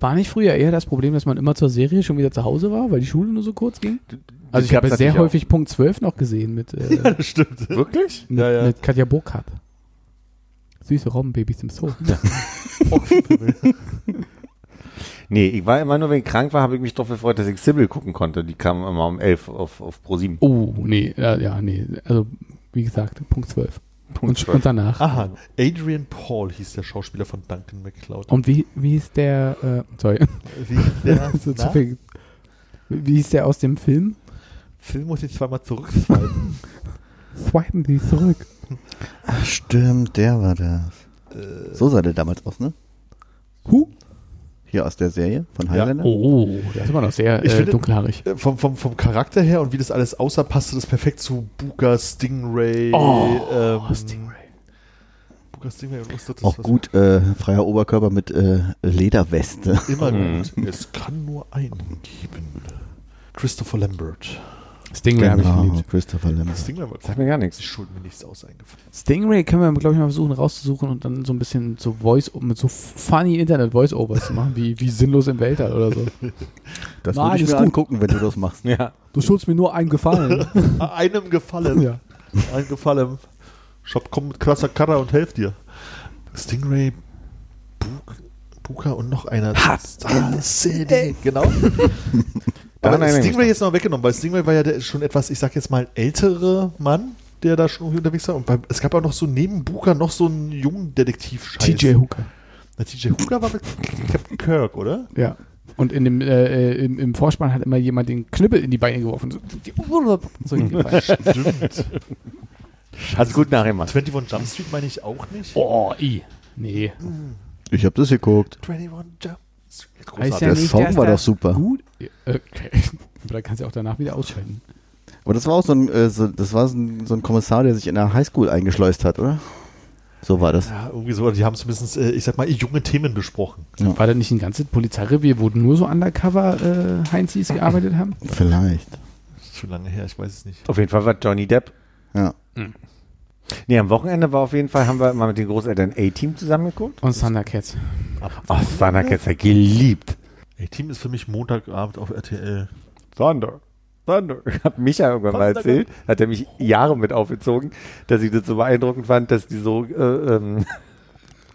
War nicht früher eher das Problem, dass man immer zur Serie schon wieder zu Hause war, weil die Schule nur so kurz ging? Also ich habe gab's sehr natürlich häufig Punkt 12 noch gesehen mit, äh, Ja, das stimmt. Wirklich? mit, ja, ja. mit Katja Burkhardt. Süße Robbenbabys im Zoo. Nee, ich war immer nur, wenn ich krank war, habe ich mich darauf gefreut, dass ich Sybil gucken konnte. Die kam immer um 11 auf, auf Pro 7. Oh, nee, ja, ja, nee. Also, wie gesagt, Punkt 12. und, und danach. Aha, Adrian Paul hieß der Schauspieler von Duncan McCloud. Und wie, wie ist der, äh, sorry, Wie der so zu na, viel, wie ist der aus dem Film? Film muss ich zweimal zurückswipen. Swipen Sie zurück. Ach, stimmt, der war das. So sah der damals aus, ne? Huh? Hier aus der Serie von Ja. Highlander. Oh, das ist immer noch sehr Ich äh, finde- dunkelhaarig. Äh, vom, vom, vom Charakter her und wie das alles aussah, passte das perfekt zu Buka Stingray. Oh, ähm, Stingray. Buka Stingray und Oster, das Auch war gut, äh, freier Oberkörper mit äh, Lederweste. Immer Mhm. gut. Es kann nur einen geben. Christopher Lambert. Stingray habe ich Genau. geliebt. Christopher Lambert. Stingray war Sagt mir gar nichts. Sie schulden mir nichts aus eingefallen. Stingray können wir, glaube ich, mal versuchen rauszusuchen und dann so ein bisschen so Voice, mit so funny Internet-Voice-Overs zu machen, wie, wie sinnlos im Weltall oder so. Das Nein, würde ich ist mir gut. angucken, wenn du das machst. Ja. Du schuldest mir nur einen Gefallen. Einem gefallen. ja. Einem gefallen. Shop, komm mit krasser Karre und helf dir. Stingray, Buk, Buka und noch einer. Hot City. Genau. Daran Aber erinnere ich mich Stingray ist noch weggenommen, weil Stingray war ja der, schon etwas, ich sag jetzt mal, ältere Mann, der da schon irgendwie unterwegs war. Und bei, es gab auch noch so neben Buka noch so einen jungen Detektiv-Scheiß. TJ Hooker. Na, TJ Hooker war mit Captain Kirk, oder? Ja. Und in dem, äh, äh, im, im Vorspann hat immer jemand den Knüppel in die Beine geworfen. So, die- so in die Beine. Stimmt. Hast gut nachgemacht. 21 Jump Street meine ich auch nicht. oh, i. Nee. Ich habe das geguckt. 21 Jump Street. Heißt Großartig. Ja, Der nicht, dass Song war das doch super. Gut. Ja, Okay. Aber da kannst du auch danach wieder ausschalten. Aber das war auch so ein, äh, so, das war so ein, so ein Kommissar, der sich in der Highschool eingeschleust hat, oder? So war das. Ja, irgendwie so. Die haben zumindest, äh, ich sag mal, junge Themen besprochen. War da nicht ein ganzes Polizeirevier, wo nur so undercover äh, Heinzis gearbeitet haben? Vielleicht. Das ist schon lange her, ich weiß es nicht. Auf jeden Fall war Johnny Depp. Ja. Nee, am Wochenende war auf jeden Fall, haben wir mal mit den Großeltern A-Team zusammengeguckt. Und Thundercats. Oh, Thundercats, geliebt. Ey, Team ist für mich Montagabend auf RTL. Thunder. Thunder. Hat Micha irgendwann mal Thunder. erzählt, hat er mich Jahre mit aufgezogen, dass ich das so beeindruckend fand, dass die so, äh, ähm,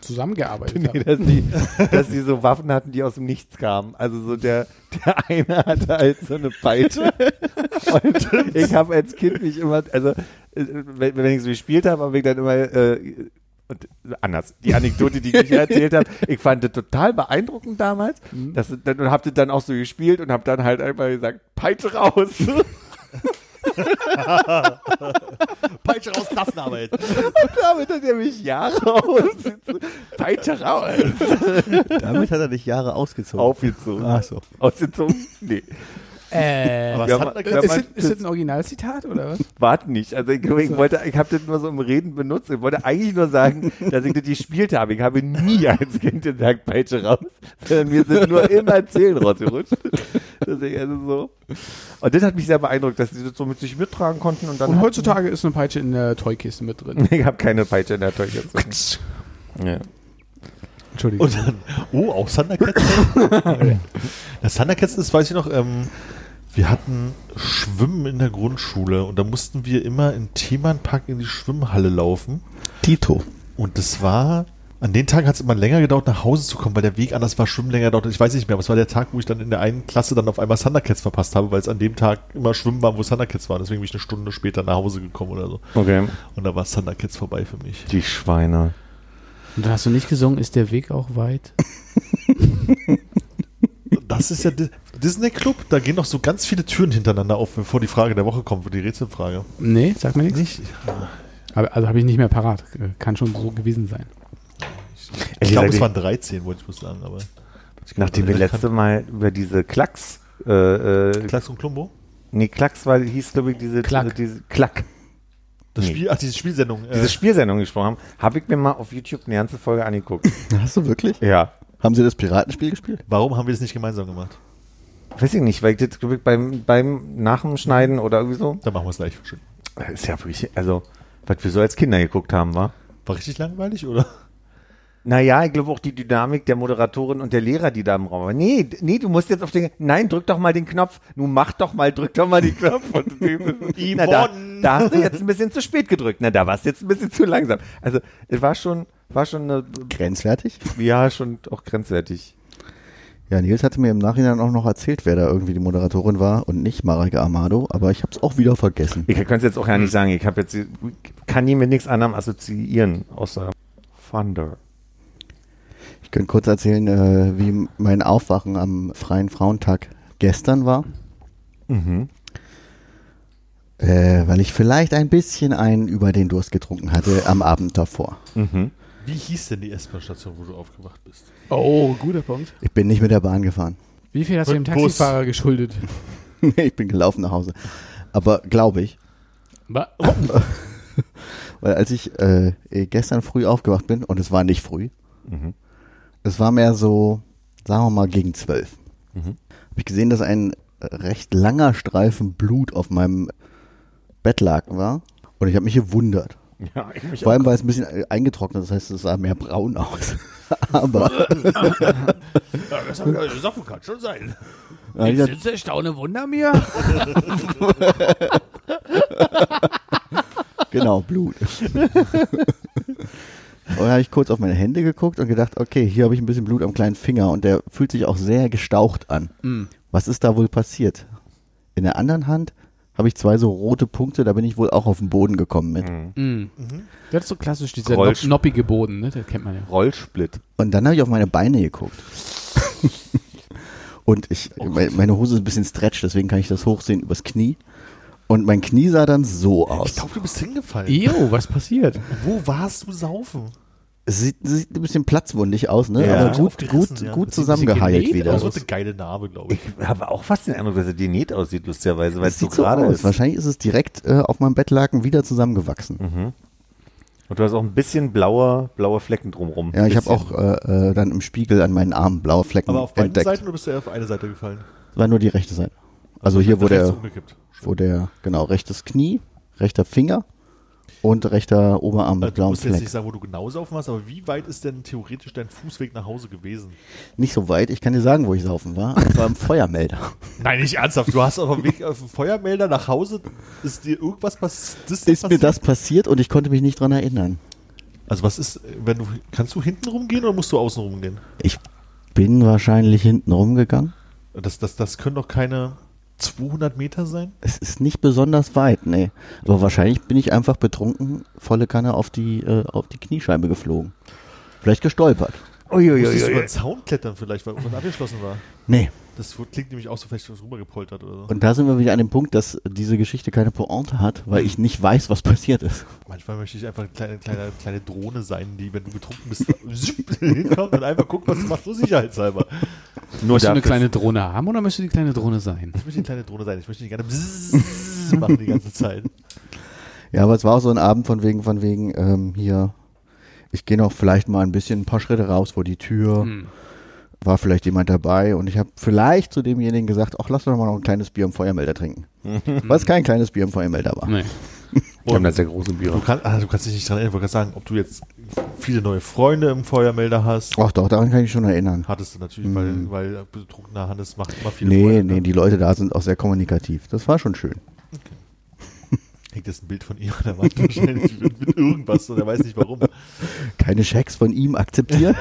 Zusammengearbeitet nee, haben. dass, die, dass die so Waffen hatten, die aus dem Nichts kamen. Also so der, der eine hatte halt so eine Peitsche. Und ich habe als Kind mich immer, also äh, wenn, wenn ich so gespielt habe, habe ich dann immer äh, und anders. Die Anekdote, die ich erzählt habe, ich fand das total beeindruckend damals. Mhm. Das, dann, und hab das dann auch so gespielt und hab dann halt einfach gesagt, Peitsche raus. Peitsche raus, Klassenarbeit. Damit hat er mich Jahre aus. Peitsche raus. Damit hat er dich Jahre ausgezogen. Aufgezogen. Ach so. Ausgezogen? Nee. Äh, Aber Ja, es hat aber- eine ja, ganze aber- Zeit- ist, das, ist das ein Originalzitat oder was? Wart nicht. Also ich, ich wollte, ich habe das nur so im Reden benutzt. Ich wollte eigentlich nur sagen, dass ich das gespielt habe. Ich habe nie als Kind den Bergpeitsche raus, sondern mir sind nur immer Zählen rausgerutscht. Deswegen also so. Und das hat mich sehr beeindruckt, dass die das so mit sich mittragen konnten und dann. Und heutzutage ist eine Peitsche in der Toykiste mit drin. ich habe keine Peitsche in der Tasche. Ja. Entschuldigung. Und dann, oh, auch Thundercats. das Thundercats ist, weiß ich noch, ähm, wir hatten Schwimmen in der Grundschule und da mussten wir immer in Themenpark in die Schwimmhalle laufen. Tito. Und das war, an den Tagen hat es immer länger gedauert, nach Hause zu kommen, weil der Weg anders war, Schwimmen länger dauert. Ich weiß nicht mehr, aber es war der Tag, wo ich dann in der einen Klasse dann auf einmal Thundercats verpasst habe, weil es an dem Tag immer Schwimmen war, wo Thundercats war. Deswegen bin ich eine Stunde später nach Hause gekommen oder so. Okay. Und da war Thundercats vorbei für mich. Die Schweine. Und dann hast du nicht gesungen, ist der Weg auch weit? Das ist ja Di- Disney Club, da gehen noch so ganz viele Türen hintereinander auf, bevor die Frage der Woche kommt, wo die Rätselfrage. Nee, sag mir nichts. Nicht? Aber, also habe ich nicht mehr parat. Kann schon so gewesen sein. Ich glaube, es ich- Äh, waren 13, wollte ich bloß sagen, aber. Ich glaub, Nachdem wir also, letzte Mal über diese Klacks, äh, äh, Klacks und Klumbo? nee, Klacks, weil hieß, glaube ich, diese, Klack. diese Klack. Das Nee. Spiel, ach, diese Spielsendung. diese Äh, Spielsendung gesprochen haben, habe ich mir mal auf YouTube eine ganze Folge angeguckt. Hast du wirklich? ja. Haben sie das Piratenspiel gespielt? warum haben wir das nicht gemeinsam gemacht? Weiß ich nicht, weil ich das glaube ich beim, beim nach dem Schneiden oder irgendwie so. Dann machen wir es gleich. Schön. Das Ist ja wirklich, also, was wir so als Kinder geguckt haben, war. War richtig langweilig, oder? Naja, ich glaube auch die Dynamik der Moderatorin und der Lehrer, die da im Raum waren. Nee, d- nee, du musst jetzt auf den. Nein, drück doch mal den Knopf. Nun mach doch mal, drück doch mal den Knopf. Und Na, da, Yvonne. da hast du jetzt ein bisschen zu spät gedrückt. Na, da warst du jetzt ein bisschen zu langsam. Also, es war schon, war schon eine, Grenzwertig? ja, schon auch grenzwertig. Ja, Nils hatte mir im Nachhinein auch noch erzählt, wer da irgendwie die Moderatorin war und nicht Mareike Amado, aber ich hab's auch wieder vergessen. Ich kann es jetzt auch ja nicht sagen. Ich habe jetzt, kann die mit nichts anderem assoziieren, außer Thunder. Ich könnte kurz erzählen, äh, wie mein Aufwachen am Freien Frauentag gestern war. Mhm. Äh, weil ich vielleicht ein bisschen einen über den Durst getrunken hatte am Abend davor. Mhm. Wie hieß denn die S-Bahn-Station, wo du aufgewacht bist? Oh, guter Punkt. Ich bin nicht mit der Bahn gefahren. Wie viel hast du dem Mit Bus. Taxifahrer geschuldet? Nee, ich bin gelaufen nach Hause. Aber glaube ich, Ba- weil als ich äh, eh gestern früh aufgewacht bin, und es war nicht früh, Mhm. es war mehr so, sagen wir mal, gegen zwölf, Mhm. habe ich gesehen, dass ein recht langer Streifen Blut auf meinem Bettlaken war. Und ich habe mich gewundert. Ja, ich mich Vor allem war es ein bisschen äh, eingetrocknet, das heißt, es sah mehr braun aus. Aber Ja, das habe ich gesoffen, kann schon sein. Ja, ich dachte, Sitze, staune, wunder mir. genau, Blut. und dann habe ich kurz auf meine Hände geguckt und gedacht, okay, hier habe ich ein bisschen Blut am kleinen Finger und der fühlt sich auch sehr gestaucht an. Mhm. Was ist da wohl passiert? In der anderen Hand habe ich zwei so rote Punkte, da bin ich wohl auch auf den Boden gekommen mit. Mhm. Mm. Das ist so klassisch, dieser Roll- nop- noppige Boden, ne? Das kennt man ja. Rollsplit. Und dann habe ich auf meine Beine geguckt. und ich, Oh me- meine Hose ist ein bisschen stretch, deswegen kann ich das hochsehen übers Knie. Und mein Knie sah dann so Ich aus. glaube, du bist hingefallen. E- Jo, was passiert? Wo warst du saufen? Es sieht, sieht ein bisschen platzwundig aus, ne? Ja. Aber gut, gut, Aufgerissen, ja. gut Das sieht ein zusammengeheilt genäht wieder. Das wird eine geile Narbe, glaube ich. Ich habe auch fast den Eindruck, dass er die näht aussieht, lustigerweise, weil Das es so sieht so gerade aus. ist. Wahrscheinlich ist es direkt äh, auf meinem Bettlaken wieder zusammengewachsen. Mhm. Und du hast auch ein bisschen blaue, blaue Flecken drumrum. Ja, ich habe Bisschen. auch äh, äh, dann im Spiegel an meinen Armen blaue Flecken Aber auf beiden entdeckt. Seiten oder bist du eher auf eine Seite gefallen? War nur die rechte Seite. Also hier, wo Nach rechts der, umgekippt. wo der, genau, rechtes Knie, rechter Finger und rechter Oberarm mit Also, du blauem musst jetzt nicht Fleck. sagen, wo du genau saufen warst, aber wie weit ist denn theoretisch dein Fußweg nach Hause gewesen? Nicht so weit, ich kann dir sagen, wo ich saufen war. Ich war im Feuermelder. Nein, nicht ernsthaft. Du hast auf dem Weg auf dem Feuermelder nach Hause, ist dir irgendwas pass das Ist mir passiert? das passiert und ich konnte mich nicht dran erinnern. Also was ist, wenn du, kannst du hinten rumgehen oder musst du außen rumgehen? Ich bin wahrscheinlich hinten rumgegangen. Das, das, das können doch keine 200 Meter sein? Es ist nicht besonders weit, nee. Aber wahrscheinlich bin ich einfach betrunken, volle Kanne auf die, äh, auf die Kniescheibe geflogen. Vielleicht gestolpert. Uiuiui. Musstest du über den Zaun klettern vielleicht, weil irgendwas abgeschlossen war? Nee. Das wird- klingt nämlich auch so, vielleicht ist was rübergepoltert oder so. Und da sind wir wieder an dem Punkt, dass diese Geschichte keine Pointe hat, weil ich nicht weiß, was passiert ist. Manchmal möchte ich einfach eine kleine, kleine, kleine Drohne sein, die, wenn du betrunken bist, zipp, hinkommt und einfach guckt, was du machst, nur sicherheitshalber. Möchtest du eine dafür- kleine Drohne haben oder möchtest du die kleine Drohne sein? Ich möchte eine kleine Drohne sein. Ich möchte die gerne bzzz machen die ganze Zeit. Ja, aber es war auch so ein Abend von wegen, von wegen, ähm, hier, ich gehe noch vielleicht mal ein bisschen ein paar Schritte raus vor die Tür. Hm. War vielleicht jemand dabei und ich habe vielleicht zu demjenigen gesagt, ach, lass doch mal noch ein kleines Bier im Feuermelder trinken. Was kein kleines Bier im Feuermelder war. Nee. Wir haben da sehr große Du, Biere. kann, ah, du kannst dich nicht dran erinnern. Ich wollte gerade sagen, ob du jetzt viele neue Freunde im Feuermelder hast. Ach doch, daran kann ich schon erinnern. Hattest du natürlich, weil, weil betrunkener Hannes macht immer viele Mhm. Nee, Freunde. ne? nee, die Leute da sind auch sehr kommunikativ. Das war schon schön. Hängt jetzt ein Bild von ihr an der Wand wahrscheinlich mit, mit irgendwas und er weiß nicht warum. Keine Schecks von ihm akzeptieren.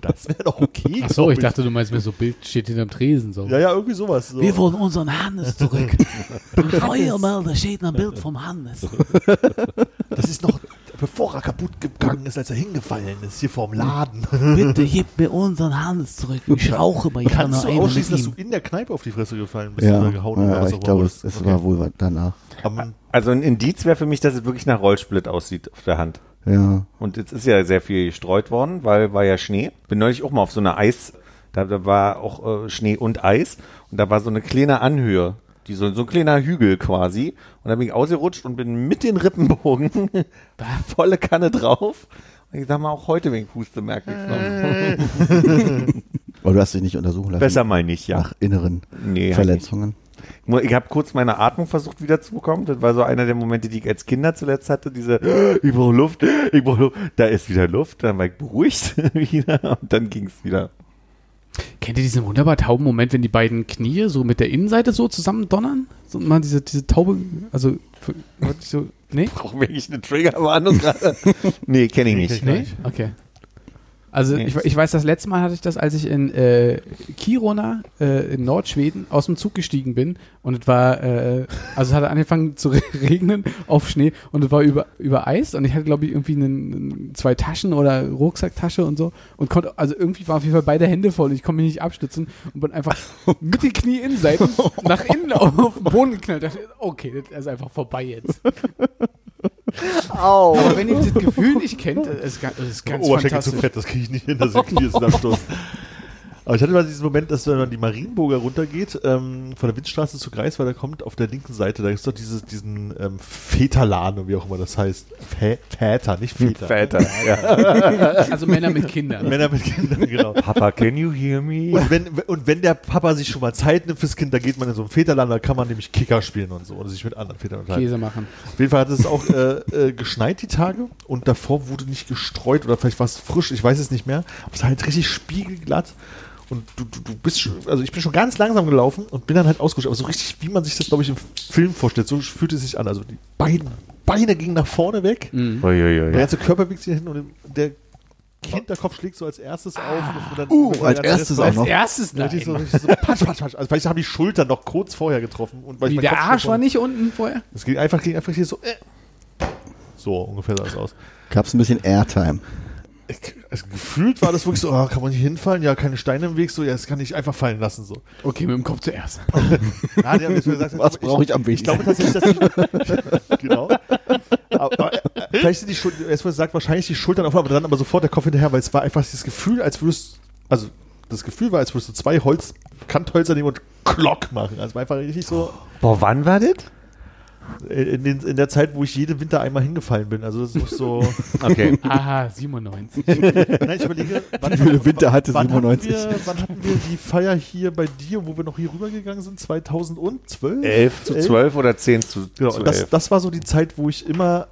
Das wäre doch okay. Ach so, glaub ich dachte, du meinst mir so Bild steht hinterm Tresen so. Ja, ja, irgendwie sowas. So. Wir wollen unseren Hannes zurück. Im Feuermelder steht ein Bild vom Hannes. Das ist noch, bevor er kaputt gegangen ist, als er hingefallen ist, hier vorm Laden. Bitte gib mir unseren Hannes zurück. Ich rauche mal gerne Kannst du einen mit ausschließen, dass ihm. du in der Kneipe auf die Fresse gefallen bist ja, oder gehauen oder ja was ich auch glaube, immer es, es Okay. war wohl was danach. Aber Also ein Indiz wäre für mich, dass es wirklich nach Rollsplit aussieht auf der Hand. Ja. Und jetzt ist ja sehr viel gestreut worden, weil war ja Schnee. Bin neulich auch mal auf so einer Eis, da, da war auch äh, Schnee und Eis und da war so eine kleine Anhöhe, die so, so ein kleiner Hügel quasi. Und da bin ich ausgerutscht und bin mit den Rippenbogen volle Kanne drauf. Und ich sag mal, auch heute wegen Puste merke ich noch. Aber du hast dich nicht untersuchen lassen. Besser mal nicht, ja. Nach inneren Nee, hab Verletzungen. Nur ich habe kurz meine Atmung versucht wiederzubekommen. Das war so einer der Momente, die ich als Kinder zuletzt hatte. Diese, ich brauche Luft, ich brauche Luft. Da ist wieder Luft. Dann war ich beruhigt wieder und dann ging es wieder. Kennt ihr diesen wunderbar tauben Moment, wenn die beiden Knie so mit der Innenseite so zusammendonnern? So mal diese, diese taube, also für- wollte ich so, nee? Brauchen wir nicht eine Triggerwarnung gerade? nee, kenne ich nicht. Nee? Okay. Also Nee, ich, das- ich weiß, das letzte Mal hatte ich das, als ich in äh, Kiruna äh, in Nordschweden aus dem Zug gestiegen bin und es war, äh, also es hatte angefangen zu re- regnen auf Schnee und es war über, über Eis und ich hatte glaube ich irgendwie einen, zwei Taschen oder Rucksacktasche und so und konnte, also irgendwie waren auf jeden Fall beide Hände voll und ich konnte mich nicht abstützen und bin einfach mit den Knieinnenseiten nach innen auf den Boden geknallt. Dachte, okay, das ist einfach vorbei jetzt. Oh. Au. Aber wenn ihr das Gefühl nicht kennt, das ist ganz, das ist ganz Oberschenkel zu fantastisch. fett, das kriege ich nicht hin, dass ich Knie zusammenstoßen. Aber ich hatte mal diesen Moment, dass wenn man die Marienburger runtergeht, ähm, von der Windstraße zu Greifswalder kommt, auf der linken Seite, da ist doch dieses, diesen ähm, Väterladen, oder wie auch immer das heißt. Fä Väter, nicht Väter. Väter. Ja. Also Männer mit Kindern. Männer mit Kindern, genau. Papa, can you hear me? Und wenn, und wenn der Papa sich schon mal Zeit nimmt fürs Kind, dann geht man in so einen Väterladen, da kann man nämlich Kicker spielen und so und sich mit anderen Vätern unterhalten. Käse machen. Auf jeden Fall hat es auch äh, äh, geschneit die Tage und davor wurde nicht gestreut oder vielleicht war es frisch, ich weiß es nicht mehr. Aber es war halt richtig spiegelglatt und du, du, du bist schon, also ich bin schon ganz langsam gelaufen und bin dann halt ausgerutscht. Aber so richtig, wie man sich das, glaube ich, im Film vorstellt, so fühlt es sich an. Also die beiden Beine gingen nach vorne weg, Mhm. Mhm. Uiuiui. der ganze Körper biegt sich hin und der Hinterkopf schlägt so als erstes auf. Und dann, Uh, und dann als der Rest erstes war- auch noch. erstes Richtig so, richtig so, patsch, patsch, patsch. Also vielleicht haben die Schultern noch kurz vorher getroffen. Und weil ich Wie, meinen der Kopf schon Arsch vorne- war nicht unten vorher? es ging einfach, ging einfach hier so. Äh. So ungefähr sah es aus. Gab's ein bisschen Airtime. Ich- Also gefühlt war das wirklich so, ah, kann man nicht hinfallen? Ja, keine Steine im Weg, so, ja, das kann ich einfach fallen lassen. So. Okay, mit dem Kopf zuerst. Na, die haben jetzt mir gesagt, Was brauche ich am Ich glaube wenigsten? tatsächlich, dass ich, genau. Aber, äh, vielleicht sind die Schultern, erstmal sagt wahrscheinlich die Schultern auf, aber dann aber sofort der Kopf hinterher, weil es war einfach dieses Gefühl, als würdest, also das Gefühl war, als würdest du zwei Holz, Kanthölzer nehmen und Klock machen. Also war einfach richtig so, äh, Boah, wann war das? in, den, in der Zeit, wo ich jeden Winter einmal hingefallen bin. Also das ist so. Okay. Aha, 97. Nein, ich überlege, wann, Wie viele Winter hatte wann, hatten 97? wir, wann hatten wir die Feier hier bei dir, wo wir noch hier rübergegangen sind? 2012? 11 zu 12 oder 10 zu, Genau, zu und das, 11? das war so die Zeit, wo ich immer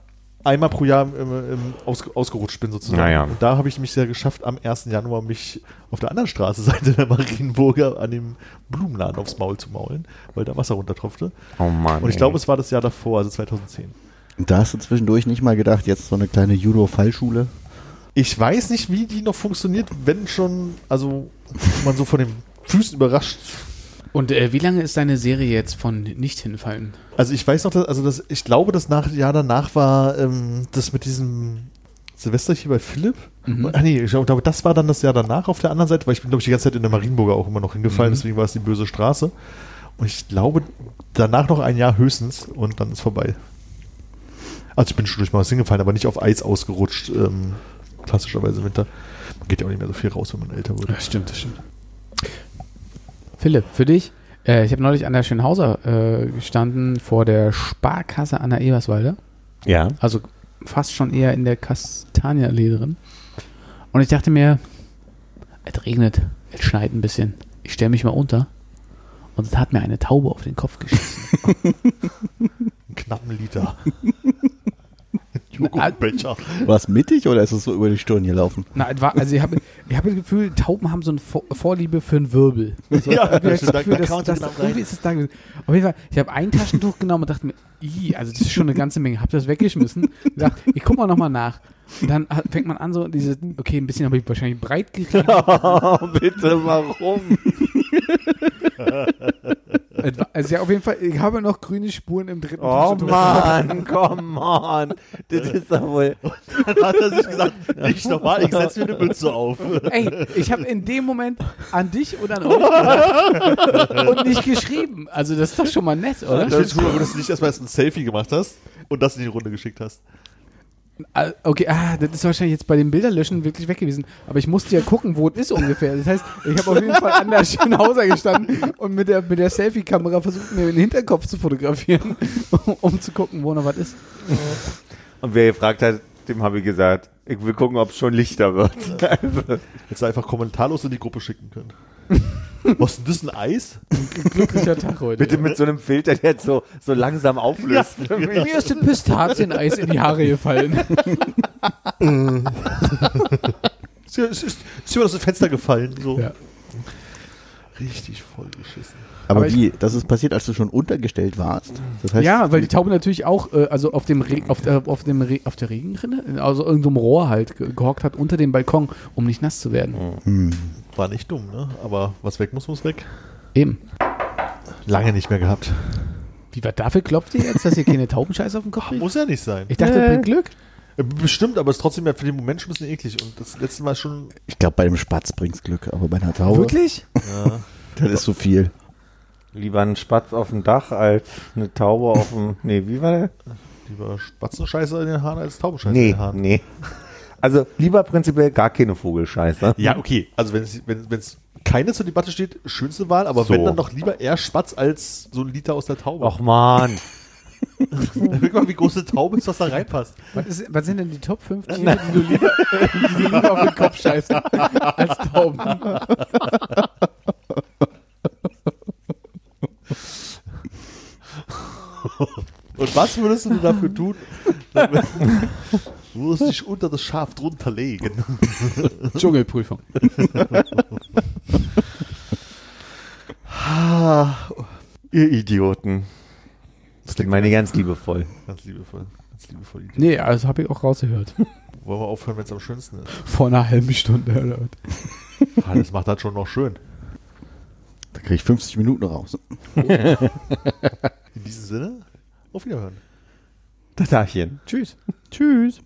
einmal pro Jahr im, im, im aus, ausgerutscht bin sozusagen. Naja. Und da habe ich mich sehr geschafft, am 1. Januar mich auf der anderen Straßenseite der Marienburger an dem Blumenladen aufs Maul zu maulen, weil da Wasser runtertropfte. Oh Mann. Und ich ey. glaube, es war das Jahr davor, also 2010. Da hast du zwischendurch nicht mal gedacht, jetzt so eine kleine Judo-Fallschule. Ich weiß nicht, wie die noch funktioniert, wenn schon, also man so von den Füßen überrascht. Und äh, wie lange ist deine Serie jetzt von nicht hinfallen? Also ich weiß noch, dass, also das, ich glaube, das nach, Jahr danach war ähm, das mit diesem Silvester hier bei Philipp. Ach nee, ich glaube, das war dann das Jahr danach auf der anderen Seite, weil ich bin, glaube ich, die ganze Zeit in der Marienburger auch immer noch hingefallen, deswegen war es die böse Straße. Und ich glaube, danach noch ein Jahr höchstens und dann ist vorbei. Also ich bin schon durch mal was hingefallen, aber nicht auf Eis ausgerutscht, ähm, klassischerweise im Winter. Man geht ja auch nicht mehr so viel raus, wenn man älter wird. stimmt, das stimmt. Philipp, für dich. Äh, ich habe neulich an der Schönhauser äh, gestanden vor der Sparkasse an der Eberswalde. Ja. Also fast schon eher in der Kastanierallee drin. Und ich dachte mir, es regnet, es schneit ein bisschen. Ich stelle mich mal unter. Und es hat mir eine Taube auf den Kopf geschissen. Einen knappen Liter. War es mittig oder ist es so über die Stirn gelaufen? Na, es war, also ich habe ich hab das Gefühl, Tauben haben so eine Vor- Vorliebe für einen Wirbel. Also, Ja, ich hab das stimmt, da- Gefühl, da dass, kann man dass, so genau irgendwie ist es da gewesen. Auf jeden Fall, ich habe ein Taschentuch genommen und dachte mir, ih, also das ist schon eine ganze Menge. Habe das weggeschmissen. Dachte, ich guck mal nochmal nach. Und dann hat- fängt man an so diese, okay, ein bisschen habe ich wahrscheinlich breit gerieben. Oh, bitte, warum? Es war- Also ja, auf jeden Fall, ich habe noch grüne Spuren im dritten Oh Taschentuch. Mann, come on. Das ist doch wohl. Dann hat er sich gesagt, nicht nochmal, ich setze mir eine Mütze auf. Ey, ich habe in dem Moment an dich oder an euch gedacht und nicht geschrieben. Also das ist doch schon mal nett, oder? Das ist cool, aber dass du nicht erstmal erst ein Selfie gemacht hast und das in die Runde geschickt hast. Ah, Okay, ah, das ist wahrscheinlich jetzt bei dem Bilderlöschen wirklich weg gewesen. Aber ich musste ja gucken, wo es ist ungefähr. Das heißt, ich habe auf jeden Fall an der Schönhauser gestanden und mit der, mit der Selfie-Kamera versucht, mir den Hinterkopf zu fotografieren, um, um zu gucken, wo noch was ist. Und wer gefragt hat, dem habe ich gesagt, ich will gucken, ob es schon lichter wird. Hättest du einfach kommentarlos in die Gruppe schicken können. Was ist denn das, ein Eis? Glücklicher Tag heute. Bitte mit so einem Filter, der jetzt so, so langsam auflöst. für mich. Mir ist ein Pistazieneis in die Haare gefallen. Ist, ja- ist, ist, ist mir aus dem Fenster gefallen. So. Ja. Richtig vollgeschissen. Aber, Aber ich- wie? Das ist passiert, als du schon untergestellt warst. Das heißt, Ja, weil die Taube natürlich auch, äh, also auf dem, Re auf, der, auf dem Re auf der Regenrinne, also irgendeinem Rohr halt ge gehockt hat unter dem Balkon, um nicht nass zu werden. War nicht dumm, ne? Aber was weg muss, muss weg. Eben. Lange nicht mehr gehabt. Wie war dafür klopft ihr jetzt, dass ihr keine Taubenscheiße auf dem Kopf kriegt? Muss ja nicht sein. Ich dachte, mit Glück. Äh, Bestimmt, aber es ist trotzdem ja für den Moment schon ein bisschen eklig. Und das letzte Mal schon. ich glaube, bei dem Spatz bringt's Glück, aber bei einer Taube, Wirklich? das ist so viel. Lieber ein Spatz auf dem Dach als eine Taube auf dem. Nee, wie war der? Lieber Spatzenscheiße in den Haaren als Taubenscheiße in Nee, den Haaren. nee. Also lieber prinzipiell gar keine Vogelscheiße. Ja, okay. Also wenn es wenn, wenn's keine zur Debatte steht, schönste Wahl, aber So. wenn dann doch lieber eher Spatz als so ein Liter aus der Taube. Och man. Guck mal, wie groß eine Taube ist, was da reinpasst. Was, ist, was sind denn die Top 5 Tiere, die du lieber, äh, die dir lieber auf den Kopf scheißen als Tauben? Und was würdest du dafür tun? damit- Du würdest dich unter das Schaf drunter legen. Dschungelprüfung. Ihr Idioten. Das klingt meine ganz liebevoll. Ganz liebevoll. Ganz liebevoll. Idee. Nee, also habe ich auch rausgehört. Wollen wir aufhören, wenn es am schönsten ist? Vor einer halben Stunde. oder was? Ah, das macht das schon noch schön. Da krieg ich 50 Minuten raus. In diesem Sinne, auf Wiederhören. Tatachchen. Tschüss. Tschüss.